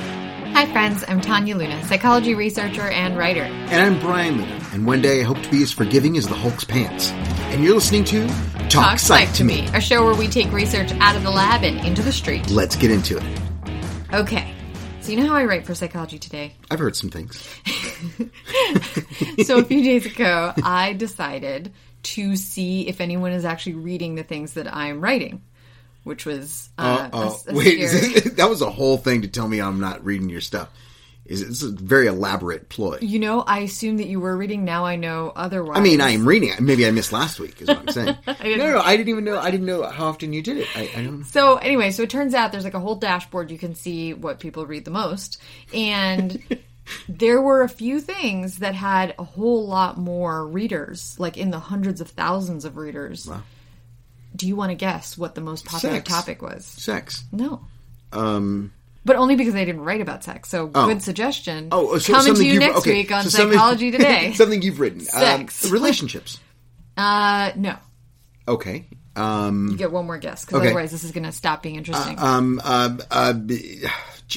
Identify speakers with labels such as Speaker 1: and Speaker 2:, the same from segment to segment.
Speaker 1: Hi, friends. I'm Tanya Luna, psychology researcher and writer.
Speaker 2: And I'm Brian Luna, and one day I hope to be as forgiving as the Hulk's pants. And you're listening to Talk, Psych to Me.
Speaker 1: a show where we take research out of the lab and into the street.
Speaker 2: Let's get into it.
Speaker 1: Okay. So, you know how I write for psychology today?
Speaker 2: I've heard some things.
Speaker 1: so, a few days ago, I decided to see if anyone is actually reading the things that I'm writing, which was uh, a-
Speaker 2: Uh,
Speaker 1: a
Speaker 2: wait, is
Speaker 1: scary-
Speaker 2: this- that was a whole thing to tell me I'm not reading your stuff. Is it's a very elaborate ploy.
Speaker 1: You know, I assumed that you were reading. Now I know otherwise.
Speaker 2: I mean, I am reading it. Maybe I missed last week. Is what I'm saying.
Speaker 1: didn't-
Speaker 2: no, no, I didn't even know. I didn't know how often you did it. I, I don't. know.
Speaker 1: So anyway, so it turns out there's like a whole dashboard you can see what people read the most, and there were a few things that had a whole lot more readers, like in the hundreds of thousands of readers.
Speaker 2: Wow.
Speaker 1: Do you want to guess what the most popular
Speaker 2: Sex.
Speaker 1: topic was?
Speaker 2: Sex.
Speaker 1: No.
Speaker 2: Um.
Speaker 1: But only because they didn't write about sex. So good suggestion.
Speaker 2: Oh, so
Speaker 1: coming
Speaker 2: something
Speaker 1: to you
Speaker 2: you've-
Speaker 1: next
Speaker 2: okay,
Speaker 1: week on
Speaker 2: so something-
Speaker 1: Psychology Today.
Speaker 2: something you've written. Um,
Speaker 1: Sex.
Speaker 2: relationships.
Speaker 1: uh, no,
Speaker 2: Okay. Um.
Speaker 1: you get one more guess because
Speaker 2: Okay.
Speaker 1: otherwise this is going to stop being interesting.
Speaker 2: um, uh, uh, b-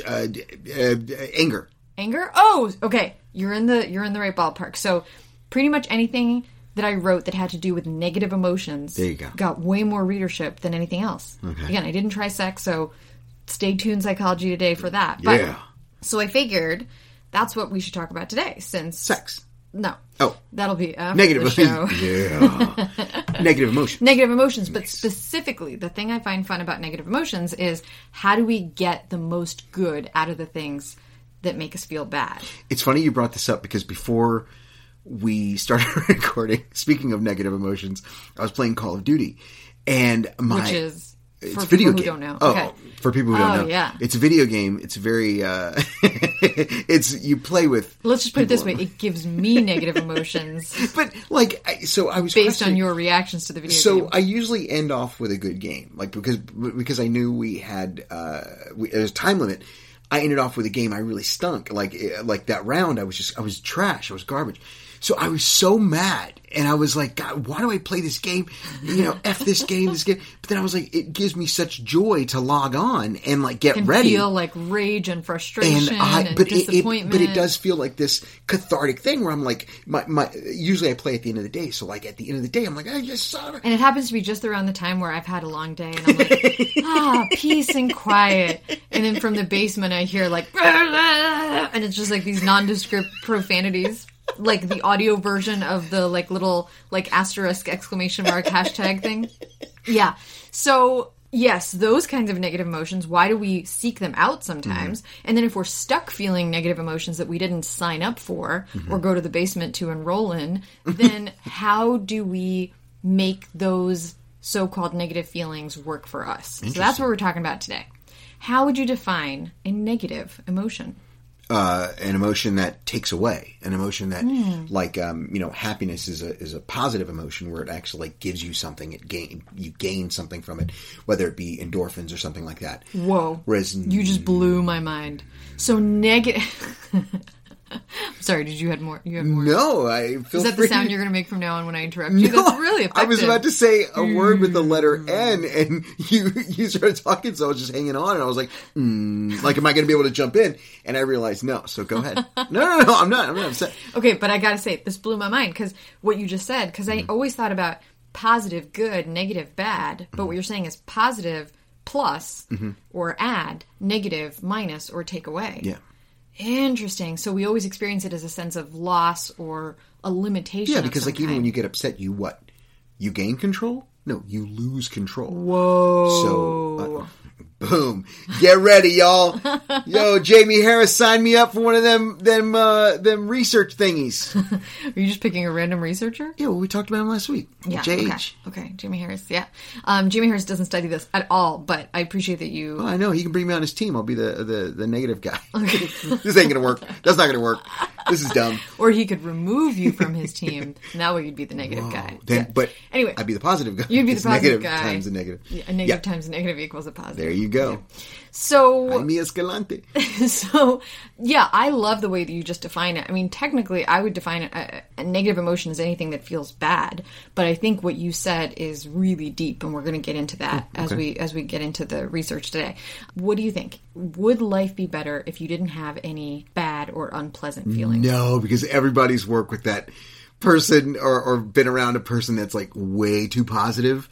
Speaker 2: uh, d- uh, d- anger.
Speaker 1: anger oh okay you're in the you're in the right ballpark so pretty much anything that i wrote that had to do with negative emotions
Speaker 2: There you go.
Speaker 1: got way more readership than anything else again i didn't try sex so stay tuned psychology today for that
Speaker 2: Yeah.
Speaker 1: so i figured that's what we should talk about today since
Speaker 2: Sex.
Speaker 1: no
Speaker 2: Oh.
Speaker 1: that'll be after
Speaker 2: Negative
Speaker 1: the show.
Speaker 2: emotions. yeah. Negative emotion.
Speaker 1: negative emotions but specifically the thing i find fun about negative emotions is how do we get the most good out of the things that make us feel bad
Speaker 2: It's funny you brought this up because before we started recording, speaking of negative emotions, I was playing Call of Duty, and my
Speaker 1: which is
Speaker 2: it's
Speaker 1: for
Speaker 2: a video
Speaker 1: people
Speaker 2: game.
Speaker 1: who don't know.
Speaker 2: Oh,
Speaker 1: okay.
Speaker 2: for people who don't
Speaker 1: Oh,
Speaker 2: know,
Speaker 1: yeah.
Speaker 2: it's a video game. It's very, uh, it's you play with,
Speaker 1: Let's just put it this way: it gives me negative emotions
Speaker 2: but like I- so. I was
Speaker 1: based on
Speaker 2: questioning-
Speaker 1: your reactions to the video
Speaker 2: so
Speaker 1: game.
Speaker 2: I usually end off with a good game, like because because I knew we had uh, we, there was a time limit. I ended off with a game I really stunk, like eh, like that round. I was just I was trash. I was garbage. So I was so mad, and I was like, God, why do I play this game? You know, f this game, this game. But then I was like, it gives me such joy to log on and like get
Speaker 1: And
Speaker 2: ready.
Speaker 1: feel like rage and
Speaker 2: and
Speaker 1: frustration and,
Speaker 2: I, but it, it,
Speaker 1: disappointment.
Speaker 2: but it does feel like this cathartic thing where I'm like, my, my. Usually I play at the end of the day, so like at the end of the day, I'm like, I just saw it.
Speaker 1: And it happens to be just around the time where I've had a long day, and I'm like, ah, peace and quiet. And then from the basement, I hear like, and it's just like these nondescript profanities, like the audio version of the like little like asterisk exclamation mark hashtag thing. Yeah. So, yes, those kinds of negative emotions, why do we seek them out sometimes? And then if we're stuck feeling negative emotions that we didn't sign up for or go to the basement to enroll in, then how do we make those so called negative feelings work for us? So that's what we're talking about today. How would you define a negative emotion?
Speaker 2: uh, an emotion that takes away, an emotion that,
Speaker 1: Hmm.
Speaker 2: like, um, you know, happiness is a is a positive emotion where it actually like gives you something. It gain you gain something from it, whether it be endorphins or something like that.
Speaker 1: Whoa.
Speaker 2: Whereas
Speaker 1: You just blew my mind. So negative. Sorry, did you had more? You had more.
Speaker 2: no, I feel
Speaker 1: Is that
Speaker 2: free.
Speaker 1: the sound you're going to make from now on when I interrupt you? That's really Hmm. effective.
Speaker 2: I was about to say a word with the letter N, and you you started talking, so I was just hanging on, and I was like, mm, like, am I going to be able to jump in? And I realized no. So go ahead. no, no, no, I'm not. I'm not upset.
Speaker 1: Okay, but I got to say, this blew my mind because what you just said, because
Speaker 2: Mm-hmm.
Speaker 1: I always thought about positive, good, negative, bad, but
Speaker 2: Mm-hmm.
Speaker 1: what you're saying is positive plus or add, negative, minus, or take away.
Speaker 2: Yeah.
Speaker 1: Interesting. So we always experience it as a sense of loss or a limitation.
Speaker 2: Yeah,
Speaker 1: of
Speaker 2: because
Speaker 1: some
Speaker 2: like even when
Speaker 1: kind.
Speaker 2: you get upset, you what? You gain control? No, you lose control. Whoa! So, uh, boom! Get ready, y'all. Yo, Jamie Harris, sign me up for one of them them uh, them research thingies.
Speaker 1: Are you just picking a random researcher?
Speaker 2: yeah, well, we talked about him last week.
Speaker 1: Yeah.
Speaker 2: JH.
Speaker 1: Okay. okay. Jimmy Harris. Yeah. Um, Jimmy Harris doesn't study this at all, but I appreciate that you.
Speaker 2: Well, I know he can bring me on his team. I'll be the the, the negative guy. this ain't gonna work. That's not gonna work. This is dumb.
Speaker 1: Or he could remove you from his team. and that way you'd be the negative guy.
Speaker 2: Oh, Then,
Speaker 1: Yeah.
Speaker 2: but
Speaker 1: anyway,
Speaker 2: I'd be the positive guy.
Speaker 1: You'd be the
Speaker 2: It's
Speaker 1: positive
Speaker 2: negative
Speaker 1: guy.
Speaker 2: times a negative.
Speaker 1: Yeah, a negative times a negative equals a positive.
Speaker 2: There you go.
Speaker 1: So,
Speaker 2: Jaime Escalante.
Speaker 1: so yeah, I love the way that you just define it. I mean, technically, I would define a, a negative emotion as anything that feels bad. But I think what you said is really deep, and we're going to get into that
Speaker 2: Oh,
Speaker 1: as we as we get into the research today. What do you think? Would life be better if you didn't have any bad or unpleasant feelings?
Speaker 2: No, because everybody's worked with that person or, or been around a person that's like way too positive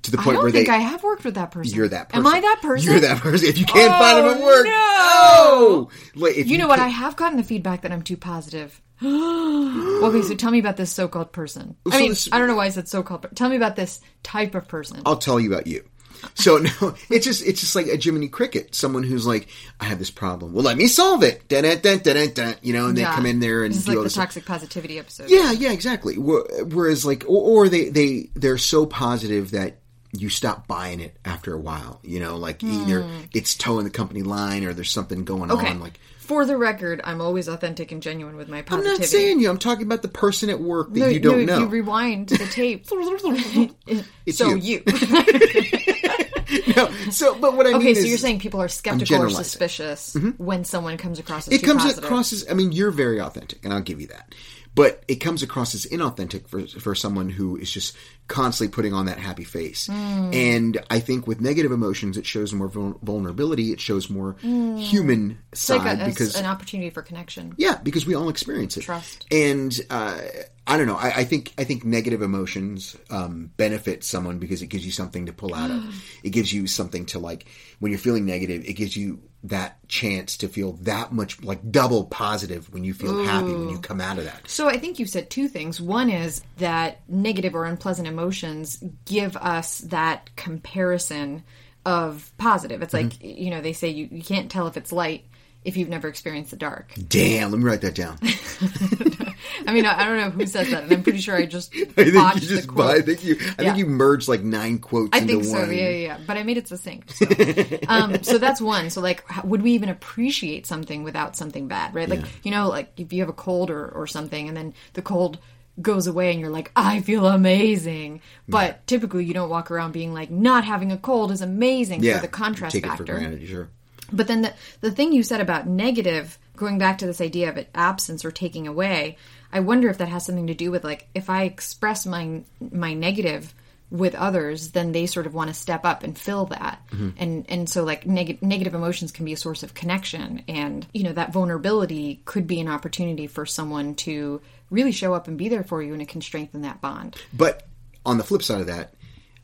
Speaker 2: to the
Speaker 1: I
Speaker 2: point
Speaker 1: don't
Speaker 2: where
Speaker 1: think
Speaker 2: they
Speaker 1: I have worked with that person.
Speaker 2: you're that
Speaker 1: Am
Speaker 2: person.
Speaker 1: I that person?
Speaker 2: You're that person. If you can't
Speaker 1: Oh,
Speaker 2: find him at work,
Speaker 1: no.
Speaker 2: oh, like, if
Speaker 1: You know what? I
Speaker 2: can't-
Speaker 1: have gotten the feedback that I'm too positive. okay, so tell me about this so-called person. I
Speaker 2: So
Speaker 1: mean,
Speaker 2: this- Oh,
Speaker 1: I don't know why I said so-called. But tell me about this type of person.
Speaker 2: I'll tell you about you. So no, it's just it's just like a Jiminy Cricket, someone who's like, I have this problem. Well, let me solve it. Dun, dun, dun, dun, dun, dun. You know, and they
Speaker 1: Yeah.
Speaker 2: come in there and
Speaker 1: this is
Speaker 2: do
Speaker 1: like
Speaker 2: all
Speaker 1: the
Speaker 2: this.
Speaker 1: toxic positivity episode.
Speaker 2: Yeah, yeah, exactly. Wh- Whereas, like, or, or they they they're so positive that you stop buying it after a while. You know, like either it's toeing the company line or there's something going
Speaker 1: Hmm. Okay.
Speaker 2: on. Like,
Speaker 1: For the record, I'm always authentic and genuine with my
Speaker 2: I'm
Speaker 1: positivity.
Speaker 2: not saying you. I'm talking about the person at work that
Speaker 1: No,
Speaker 2: you don't
Speaker 1: no,
Speaker 2: know.
Speaker 1: If you rewind the tape. so you.
Speaker 2: you. no, so, but what I mean
Speaker 1: okay, so
Speaker 2: is-
Speaker 1: you're saying people are skeptical or
Speaker 2: generalizing. Mm-hmm.
Speaker 1: suspicious when someone comes across as
Speaker 2: it
Speaker 1: too
Speaker 2: comes
Speaker 1: positive.
Speaker 2: across as i mean you're very authentic and i'll give you that but it comes across as inauthentic for, for someone who is just constantly putting on that happy face
Speaker 1: Hmm.
Speaker 2: and i think with negative emotions it shows more vul- vulnerability it shows more human
Speaker 1: Hmm. It's like
Speaker 2: side
Speaker 1: a- it's
Speaker 2: because
Speaker 1: an opportunity for connection.
Speaker 2: yeah because we all experience it
Speaker 1: Trust.
Speaker 2: and uh, i don't know I, I think i think negative emotions um, benefit someone because it gives you something to pull out of it gives you something to like when you're feeling negative it gives you that chance to feel that much like double positive when you feel happy when you come out of that
Speaker 1: So I think you said two things. One is that negative or unpleasant emotions give us that comparison of positive. It's like,
Speaker 2: Mm-hmm.
Speaker 1: you know, they say you, you can't tell if it's light if you've never experienced the dark.
Speaker 2: damn let me write that down i
Speaker 1: I mean, I, I don't know who says that, and I'm pretty sure I just
Speaker 2: think you
Speaker 1: botched the
Speaker 2: just
Speaker 1: quote.
Speaker 2: buy, i think you i
Speaker 1: Yeah.
Speaker 2: think you merged like nine quotes
Speaker 1: I
Speaker 2: into
Speaker 1: think so.
Speaker 2: one
Speaker 1: Yeah, yeah, yeah. But I made it succinct. So, um, so that's one. So, like, how, would we even appreciate something without something bad, right? Like, you know, like if you have a cold or, or something, and then the cold goes away, and you're like, I feel amazing. But typically, you don't walk around being like, not having a cold is amazing
Speaker 2: yeah
Speaker 1: for the contrast
Speaker 2: take
Speaker 1: factor.
Speaker 2: it for granted sure
Speaker 1: But then the, the thing you said about negative, going back to this idea of it absence or taking away, I wonder if that has something to do with like if I express my my negative with others, then they sort of want to step up and fill that, and and so like neg- negative emotions can be a source of connection, and you know that vulnerability could be an opportunity for someone to really show up and be there for you, and it can strengthen that bond.
Speaker 2: But on the flip side of that,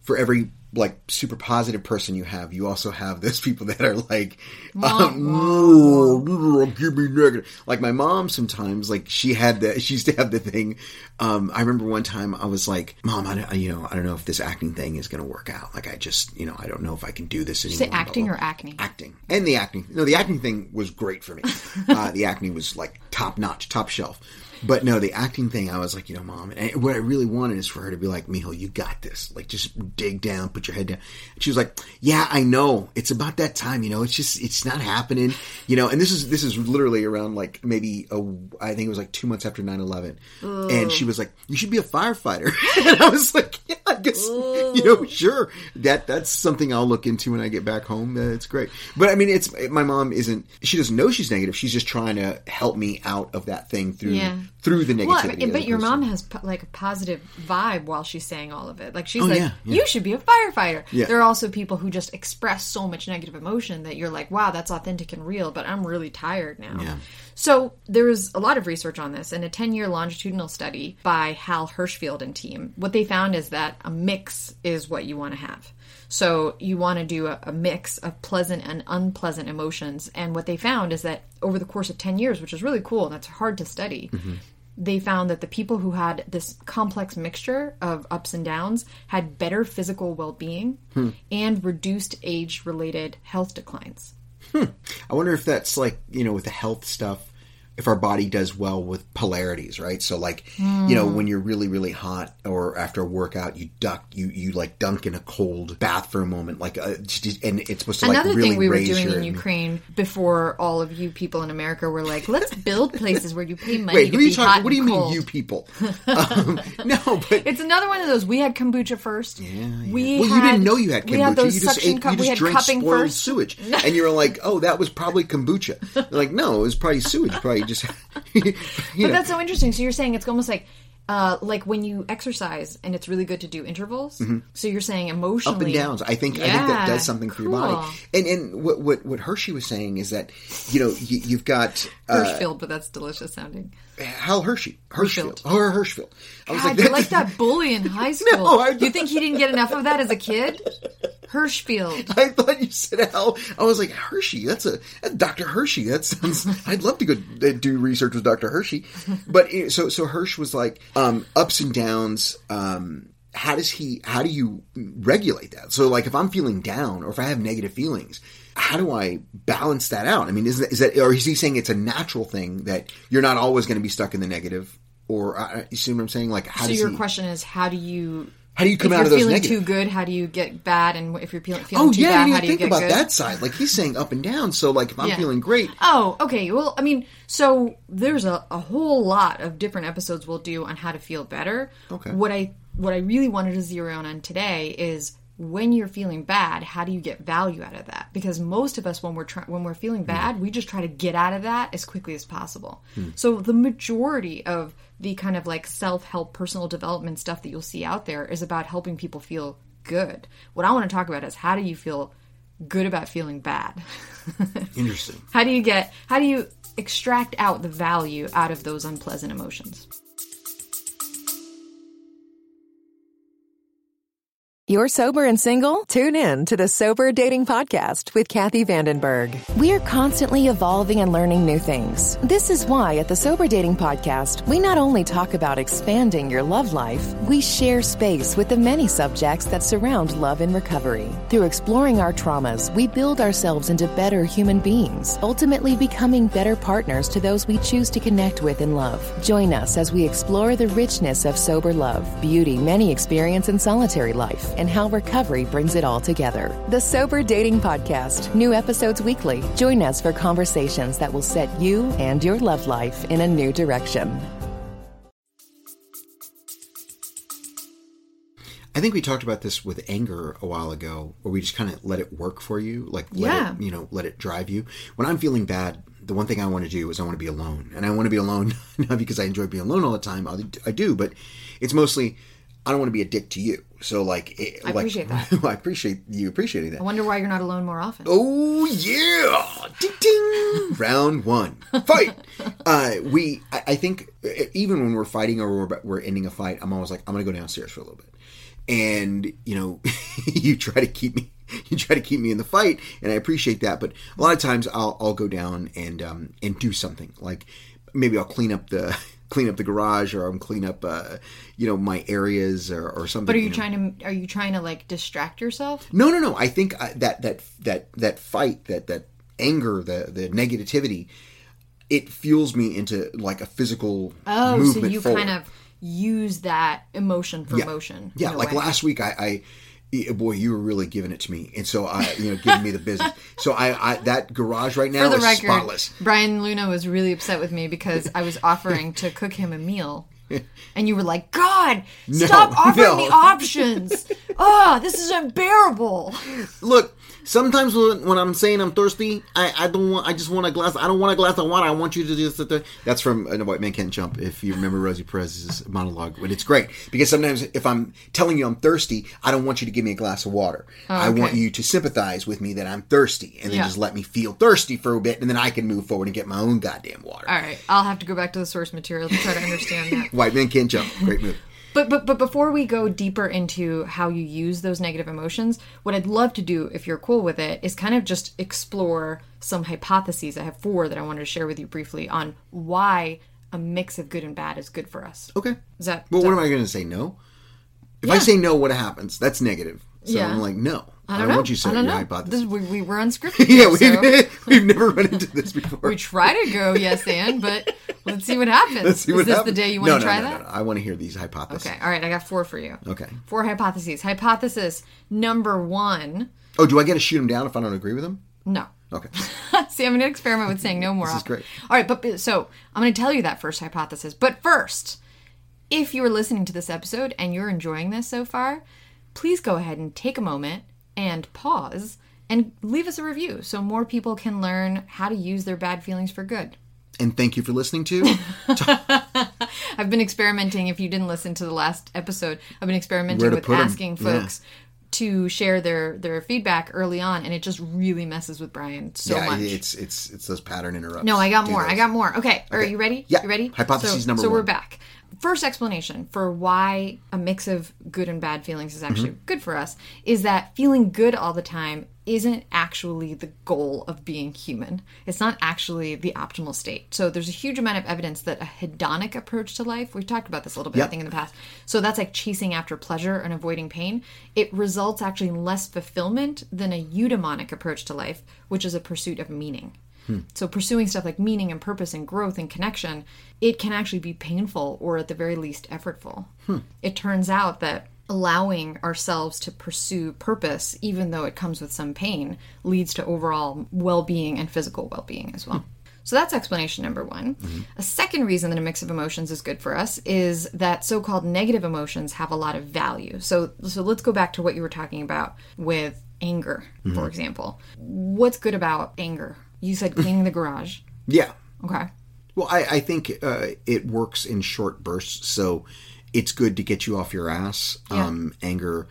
Speaker 2: for every like super positive person you have, you also have those people that are like, um, "No, give me negative. Like my mom sometimes, like she had that. She used to have the thing. Um, I remember one time I was like, "Mom, I don't, you know, I don't know if this acting thing is going to work out. Like I just, you know, I don't know if I can do this anymore."
Speaker 1: Say acting
Speaker 2: blah,
Speaker 1: or
Speaker 2: blah."
Speaker 1: acne.
Speaker 2: acting and the acne. No, the acne thing was great for me. Uh, the acne was like top notch, top shelf. But no, the acting thing, I was like, you know, mom, and what I really wanted is for her to be like, Mijo, you got this. Like, just dig down, put your head down. And she was like, yeah, I know. It's about that time, you know. It's just, it's not happening, you know. And this is, this is literally around like maybe a, I think it was like two months after 9-11. And she was like, you should be a firefighter. and I was like, yeah, I guess, you know, sure. That, that's something I'll look into when I get back home. Uh, it's great. But I mean, it's, my mom isn't, she doesn't know she's negative. She's just trying to help me out of that thing through
Speaker 1: Yeah.
Speaker 2: through the negativity.
Speaker 1: Well,
Speaker 2: of the
Speaker 1: but your
Speaker 2: person.
Speaker 1: mom has po- like a positive vibe while she's saying all of it. Like she's
Speaker 2: Oh,
Speaker 1: like,
Speaker 2: yeah, yeah.
Speaker 1: "You should be a firefighter."
Speaker 2: Yeah.
Speaker 1: There are also people who just express so much negative emotion that you're like, "Wow, that's authentic and real," but I'm really tired now.
Speaker 2: Yeah.
Speaker 1: So there's a lot of research on this, and a 10-year longitudinal study by Hal Hirschfield and team. What they found is that a mix is what you want to have. So you want to do a, a mix of pleasant and unpleasant emotions, and what they found is that over the course of 10 years, which is really cool and that's hard to study
Speaker 2: Mm-hmm.
Speaker 1: they found that the people who had this complex mixture of ups and downs had better physical well-being
Speaker 2: Hmm.
Speaker 1: and reduced age-related health declines.
Speaker 2: I wonder if that's like you know with the health stuff. if our body does well with polarities, right? So like, you know, when you're really, really hot or after a workout, you duck, you, you like dunk in a cold bath for a moment, like, uh, just- and it's supposed to like
Speaker 1: Another
Speaker 2: really
Speaker 1: thing we were
Speaker 2: raise
Speaker 1: doing
Speaker 2: your.
Speaker 1: in Ukraine before all of you people in America were like, let's build places where you pay money
Speaker 2: Wait,
Speaker 1: to
Speaker 2: who are you
Speaker 1: be hot
Speaker 2: talking? What do you
Speaker 1: and
Speaker 2: mean,
Speaker 1: cold.
Speaker 2: you people? um, no, but
Speaker 1: It's another one of those. We had kombucha first. Yeah, We
Speaker 2: well,
Speaker 1: had,
Speaker 2: you didn't know you had kombucha.
Speaker 1: We had those
Speaker 2: you just
Speaker 1: suction
Speaker 2: ate,
Speaker 1: cup.
Speaker 2: you
Speaker 1: we
Speaker 2: just
Speaker 1: had
Speaker 2: drank
Speaker 1: cupping
Speaker 2: spoiled
Speaker 1: first.
Speaker 2: sewage, and you were like, "Oh, that was probably kombucha." They're like, no, it was probably sewage. Probably just. you know.
Speaker 1: But that's so interesting. So you're saying it's almost like. Uh, like when you exercise, and it's really good to do intervals. So you're saying emotionally,
Speaker 2: Mm-hmm. up and downs. I think I think
Speaker 1: Yeah,
Speaker 2: that does something for your body.
Speaker 1: cool.
Speaker 2: And and what what what Hershey was saying is that you know you, you've got uh,
Speaker 1: Hirschfeld, but that's delicious sounding.
Speaker 2: Hal Hershey, Hirschfeld,
Speaker 1: Hirschfeld.
Speaker 2: or Hirschfeld. I was
Speaker 1: God,
Speaker 2: like,
Speaker 1: you're like that bully in high school.
Speaker 2: I-
Speaker 1: you think he didn't get enough of that as a kid? Hirschfeld.
Speaker 2: I thought you said Hal. I was like Hershey. That's a that's Dr. Hershey. That sounds. I'd love to go uh, do research with Dr. Hershey. But uh, so so Hirsch was like um, ups and downs. Um, how does he? How do you regulate that? So like if I'm feeling down or if I have negative feelings, how do I balance that out? I mean, is that, is that or is he saying it's a natural thing that you're not always going to be stuck in the negative? Or uh, you see what I'm saying? Like how
Speaker 1: So
Speaker 2: does
Speaker 1: your
Speaker 2: he,
Speaker 1: question is, how do you?
Speaker 2: how do you come
Speaker 1: if
Speaker 2: out
Speaker 1: you're
Speaker 2: of those
Speaker 1: feeling
Speaker 2: negative?
Speaker 1: too good, how do you get bad? And if you're feeling, feeling
Speaker 2: Oh
Speaker 1: too
Speaker 2: yeah, I
Speaker 1: bad,
Speaker 2: didn't
Speaker 1: how
Speaker 2: even
Speaker 1: do you
Speaker 2: think
Speaker 1: get
Speaker 2: about
Speaker 1: good?
Speaker 2: that side. Like he's saying up and down. So like if I'm
Speaker 1: Yeah.
Speaker 2: feeling great,
Speaker 1: Oh, okay. Well, I mean, so there's a, a whole lot of different episodes we'll do on how to feel better.
Speaker 2: Okay.
Speaker 1: What I what I really wanted to zero in on today is when you're feeling bad, how do you get value out of that? Because most of us, when we're try- when we're feeling bad, we just try to get out of that as quickly as possible. So the majority of the kind of like self help, personal development stuff that you'll see out there is about helping people feel good. What I want to talk about is how do you feel good about feeling bad.
Speaker 2: interesting.
Speaker 1: How do you get how do you extract out the value out of those unpleasant emotions?
Speaker 3: You're sober and single? Tune in to the Sober Dating Podcast with Kathy Vandenberg. We're constantly evolving and learning new things. This is why at the Sober Dating Podcast, we not only talk about expanding your love life, we share space with the many subjects that surround love and recovery. Through exploring our traumas, we build ourselves into better human beings, ultimately becoming better partners to those we choose to connect with and love. Join us as we explore the richness of sober love, beauty many experience in solitary life, and how recovery brings it all together. The Sober Dating Podcast, new episodes weekly. Join us for conversations that will set you and your love life in a new direction.
Speaker 2: I think we talked about this with anger a while ago, where we just kind of let it work for you, like let
Speaker 1: Yeah.
Speaker 2: it, you know, let it drive you. When I'm feeling bad, the one thing I want to do is I want to be alone, and I want to be alone not because I enjoy being alone all the time. I, I do, but it's mostly I don't want to be a dick to you. So like, it,
Speaker 1: I
Speaker 2: like,
Speaker 1: appreciate that.
Speaker 2: I appreciate you appreciating that.
Speaker 1: I wonder why you're not alone more often.
Speaker 2: Oh yeah! Ding ding! Round one, fight. Uh, we, I, I think, uh, even when we're fighting or we're, we're ending a fight, I'm always like, I'm gonna go downstairs for a little bit, and you know, you try to keep me, you try to keep me in the fight, and I appreciate that. But a lot of times, I'll I'll go down and um and do something like maybe I'll clean up the clean up the garage or I'm clean up uh you know my areas or, or something.
Speaker 1: But are you
Speaker 2: know.
Speaker 1: trying to are you trying to like distract yourself?
Speaker 2: No, no, no. I think I, that that that that fight, that that anger, the the negativity, it fuels me into like a physical
Speaker 1: Oh, so
Speaker 2: movement
Speaker 1: you
Speaker 2: forward.
Speaker 1: kind of use that emotion for
Speaker 2: Yeah.
Speaker 1: motion.
Speaker 2: Yeah,
Speaker 1: in a
Speaker 2: like
Speaker 1: way.
Speaker 2: last week, I. I yeah, Boy, you were really giving it to me, and so I, you know, giving me the business. So I, I that garage right now
Speaker 1: for the
Speaker 2: is
Speaker 1: record,
Speaker 2: spotless.
Speaker 1: Brian Luna was really upset with me because I was offering to cook him a meal. And you were like, God, stop offering
Speaker 2: no.
Speaker 1: me options. oh, this is unbearable.
Speaker 2: Look, sometimes when, when I'm saying I'm thirsty, I, I don't want. I just want a glass. I don't want a glass of water. I want you to do this. That's from uh, White Man Can't Jump. If you remember Rosie Perez's monologue, but it's great because sometimes if I'm telling you I'm thirsty, I don't want you to give me a glass of water. I want you to sympathize with me that I'm thirsty, and then
Speaker 1: Oh, Yeah.
Speaker 2: just let me feel thirsty for a bit, and then I can move forward and get my own goddamn water.
Speaker 1: All right, I'll have to go back to the source material to try to understand that.
Speaker 2: White Man Can't Jump. Great movie.
Speaker 1: But but but before we go deeper into how you use those negative emotions, what I'd love to do, if you're cool with it, is kind of just explore some hypotheses. I have four that I wanted to share with you briefly on why a mix of good and bad is good for us.
Speaker 2: Okay.
Speaker 1: Is that
Speaker 2: Well, what am I going to say? No. If I
Speaker 1: Yeah.
Speaker 2: say no, what happens? That's negative. So
Speaker 1: Yeah.
Speaker 2: I'm like no.
Speaker 1: I
Speaker 2: I
Speaker 1: don't know.
Speaker 2: want you to say
Speaker 1: I don't
Speaker 2: your
Speaker 1: know.
Speaker 2: hypothesis.
Speaker 1: This, we, we were unscripted.
Speaker 2: yeah,
Speaker 1: yeah,
Speaker 2: we've,
Speaker 1: so
Speaker 2: we've never run into this before.
Speaker 1: we try to go yes and, but let's see what happens.
Speaker 2: Let's see
Speaker 1: Is
Speaker 2: what
Speaker 1: this
Speaker 2: happens.
Speaker 1: the day you want
Speaker 2: No, no,
Speaker 1: to try
Speaker 2: no, no,
Speaker 1: that?
Speaker 2: no. I want to hear these hypotheses.
Speaker 1: Okay. All right. I got four for you.
Speaker 2: Okay.
Speaker 1: Four hypotheses. Hypothesis number one.
Speaker 2: Oh, do I get to shoot him down if I don't agree with him?
Speaker 1: No.
Speaker 2: Okay.
Speaker 1: See, I'm going to experiment with saying no more. This
Speaker 2: is great.
Speaker 1: All right, but- but so I'm going to tell you that first hypothesis. But first, if you are listening to this episode and you're enjoying this so far, please go ahead and take a moment and pause and leave us a review so more people can learn how to use their bad feelings for good.
Speaker 2: And thank you for listening to.
Speaker 1: I've been experimenting. If you didn't listen to the last episode, I've been experimenting
Speaker 2: Where to
Speaker 1: with
Speaker 2: put 'em,
Speaker 1: asking folks to share their their feedback early on, and it just really messes with Brian so
Speaker 2: yeah,
Speaker 1: much.
Speaker 2: it's it's it's those pattern interrupts.
Speaker 1: No, I got
Speaker 2: Do
Speaker 1: more. I
Speaker 2: those.
Speaker 1: got more. Okay. Are you ready?
Speaker 2: Yeah.
Speaker 1: You ready?
Speaker 2: Hypothesis
Speaker 1: so,
Speaker 2: number
Speaker 1: So
Speaker 2: one.
Speaker 1: we're back. First explanation for why a mix of good and bad feelings is actually
Speaker 2: Mm-hmm.
Speaker 1: good for us is that feeling good all the time isn't actually the goal of being human. It's not actually the optimal state. So there's a huge amount of evidence that a hedonic approach to life, we've talked about this a little bit, I
Speaker 2: Yep.
Speaker 1: think, in the past. So that's like chasing after pleasure and avoiding pain. It results actually in less fulfillment than a eudaimonic approach to life, which is a pursuit of meaning. So pursuing stuff like meaning and purpose and growth and connection, it can actually be painful or at the very least effortful. It turns out that allowing ourselves to pursue purpose even though it comes with some pain leads to overall well-being and physical well-being as well. So that's explanation number one. A second reason that a mix of emotions is good for us is that so-called negative emotions have a lot of value. So so let's go back to what you were talking about with anger, for example. What's good about anger? You said cleaning the garage.
Speaker 2: Yeah.
Speaker 1: Okay.
Speaker 2: Well, I, I think uh, it works in short bursts, so it's good to get you off your ass. Um, anger,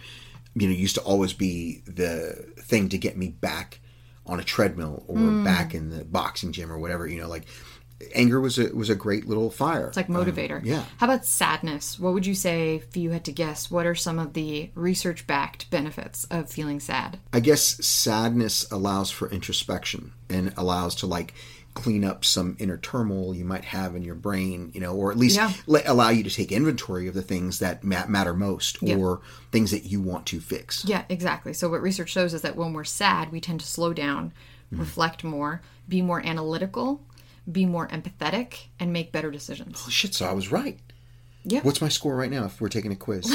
Speaker 2: you know, used to always be the thing to get me back on a treadmill or
Speaker 1: Mm.
Speaker 2: back in the boxing gym or whatever. You know, like anger was a was a great little fire.
Speaker 1: It's like motivator.
Speaker 2: Uh, yeah.
Speaker 1: How about sadness? What would you say if you had to guess what are some of the research backed benefits of feeling sad?
Speaker 2: I guess sadness allows for introspection and allows to like clean up some inner turmoil you might have in your brain, you know, or at least
Speaker 1: Yeah.
Speaker 2: le- allow you to take inventory of the things that ma- matter most or things that you want to fix.
Speaker 1: Yeah, exactly. So what research shows is that when we're sad, we tend to slow down,
Speaker 2: Mm-hmm.
Speaker 1: reflect more, be more analytical, be more empathetic, and make better decisions.
Speaker 2: Oh, shit, so I was right.
Speaker 1: Yeah.
Speaker 2: What's my score right now if we're taking a quiz?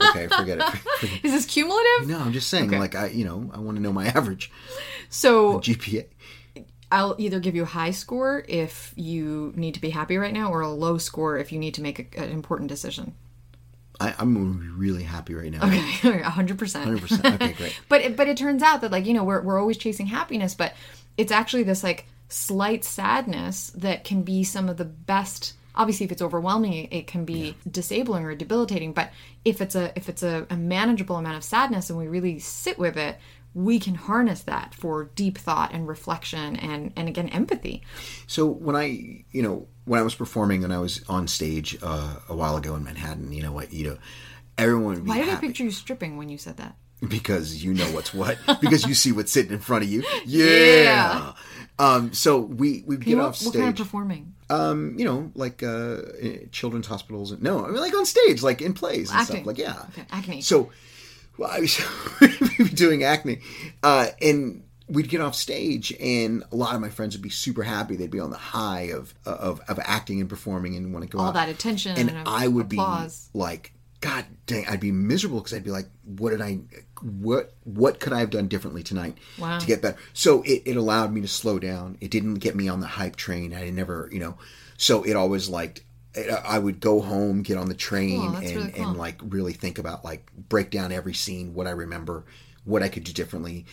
Speaker 2: okay, forget it.
Speaker 1: Is this cumulative?
Speaker 2: no, I'm just saying like I, you know, I want to know my average
Speaker 1: So
Speaker 2: GPA.
Speaker 1: I'll either give you a high score if you need to be happy right now, or a low score if you need to make a, an important decision.
Speaker 2: I, I'm really happy right now.
Speaker 1: Okay, hundred percent.
Speaker 2: 100%. Okay, great.
Speaker 1: But it, but it turns out that like you know we're we're always chasing happiness, but it's actually this like slight sadness that can be some of the best. Obviously, if it's overwhelming, it- it can be disabling or debilitating. But if it's a if it's a, a manageable amount of sadness and we really sit with it, we can harness that for deep thought and reflection and and again empathy.
Speaker 2: So when I, you know, when I was performing and I was on stage uh, a while ago in Manhattan, you know what, you know, everyone would be
Speaker 1: Why did I
Speaker 2: happy
Speaker 1: picture you stripping when you said that?
Speaker 2: because you know what's what because you see what's sitting in front of you. Yeah. Um, so we we get
Speaker 1: What,
Speaker 2: off
Speaker 1: what
Speaker 2: stage,
Speaker 1: kind of performing?
Speaker 2: um, you know, like uh, uh, children's hospitals. And, no, I mean like on stage, like in plays and
Speaker 1: Acting.
Speaker 2: stuff. Like yeah,
Speaker 1: Okay, acne.
Speaker 2: So well, I was we were doing acne, uh, and we'd get off stage, and a lot of my friends would be super happy. They'd be on the high of of, of acting and performing, and want to go
Speaker 1: All
Speaker 2: out.
Speaker 1: that attention
Speaker 2: and,
Speaker 1: and,
Speaker 2: I would
Speaker 1: applause.
Speaker 2: be like, God dang, I'd be miserable because I'd be like, what did I, what what could I have done differently tonight
Speaker 1: Wow.
Speaker 2: to get better? So it, it allowed me to slow down. It didn't get me on the hype train. I never, you know, so it always like. I would go home, get on the train,
Speaker 1: Cool, Oh, that's
Speaker 2: and,
Speaker 1: really cool.
Speaker 2: and like really think about like break down every scene, what I remember, what I could do differently,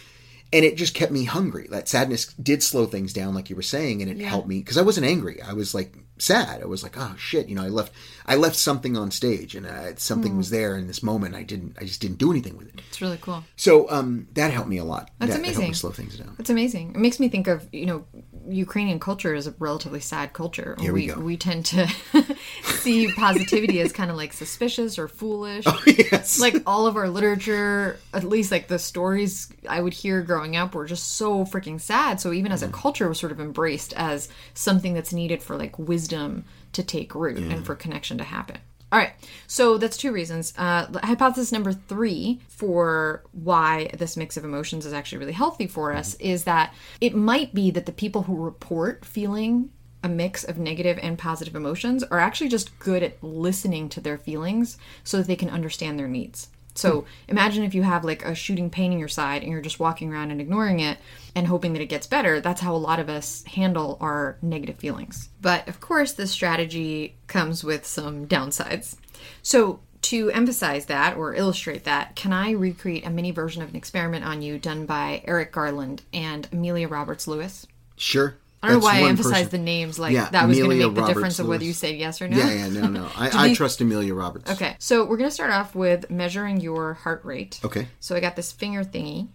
Speaker 2: and it just kept me hungry. That sadness did slow things down, like you were saying, and it helped me because I wasn't angry. I was like sad. I was like, oh shit, you know, I left I left something on stage, and I, something
Speaker 1: Hmm.
Speaker 2: was there in this moment. I didn't. I just didn't do anything with it.
Speaker 1: It's really cool.
Speaker 2: So um, that helped me a lot.
Speaker 1: That's
Speaker 2: that, that helped
Speaker 1: amazing.
Speaker 2: me slow things down.
Speaker 1: It's amazing. It makes me think of you know Ukrainian culture is a relatively sad culture.
Speaker 2: Here we go.
Speaker 1: we tend to see positivity as kind of like suspicious or foolish.
Speaker 2: Oh, yes.
Speaker 1: Like all of our literature, at least like the stories I would hear growing up were just so freaking sad. So even as a culture, was sort of embraced as something that's needed for like wisdom to take root and for connection to happen. All right. So that's two reasons. Uh, hypothesis number three for why this mix of emotions is actually really healthy for us is that it might be that the people who report feeling a mix of negative and positive emotions are actually just good at listening to their feelings so that they can understand their needs. So imagine if you have like a shooting pain in your side and you're just walking around and ignoring it and hoping that it gets better. That's how a lot of us handle our negative feelings. But of course, this strategy comes with some downsides. So to emphasize that or illustrate that, can I recreate a mini version of an experiment on you done by Eric Garland and Amelia Roberts Lewis?
Speaker 2: Sure.
Speaker 1: I don't know why I emphasized
Speaker 2: emphasized
Speaker 1: the names like
Speaker 2: Yeah,
Speaker 1: that was going to
Speaker 2: Amelia
Speaker 1: make the difference of whether
Speaker 2: Roberts-Lewis.
Speaker 1: you said yes or no.
Speaker 2: Yeah, yeah, no, no. I, I trust Amelia Roberts.
Speaker 1: Okay, so we're going to start off with measuring your heart rate.
Speaker 2: Okay.
Speaker 1: So I got this finger thingy.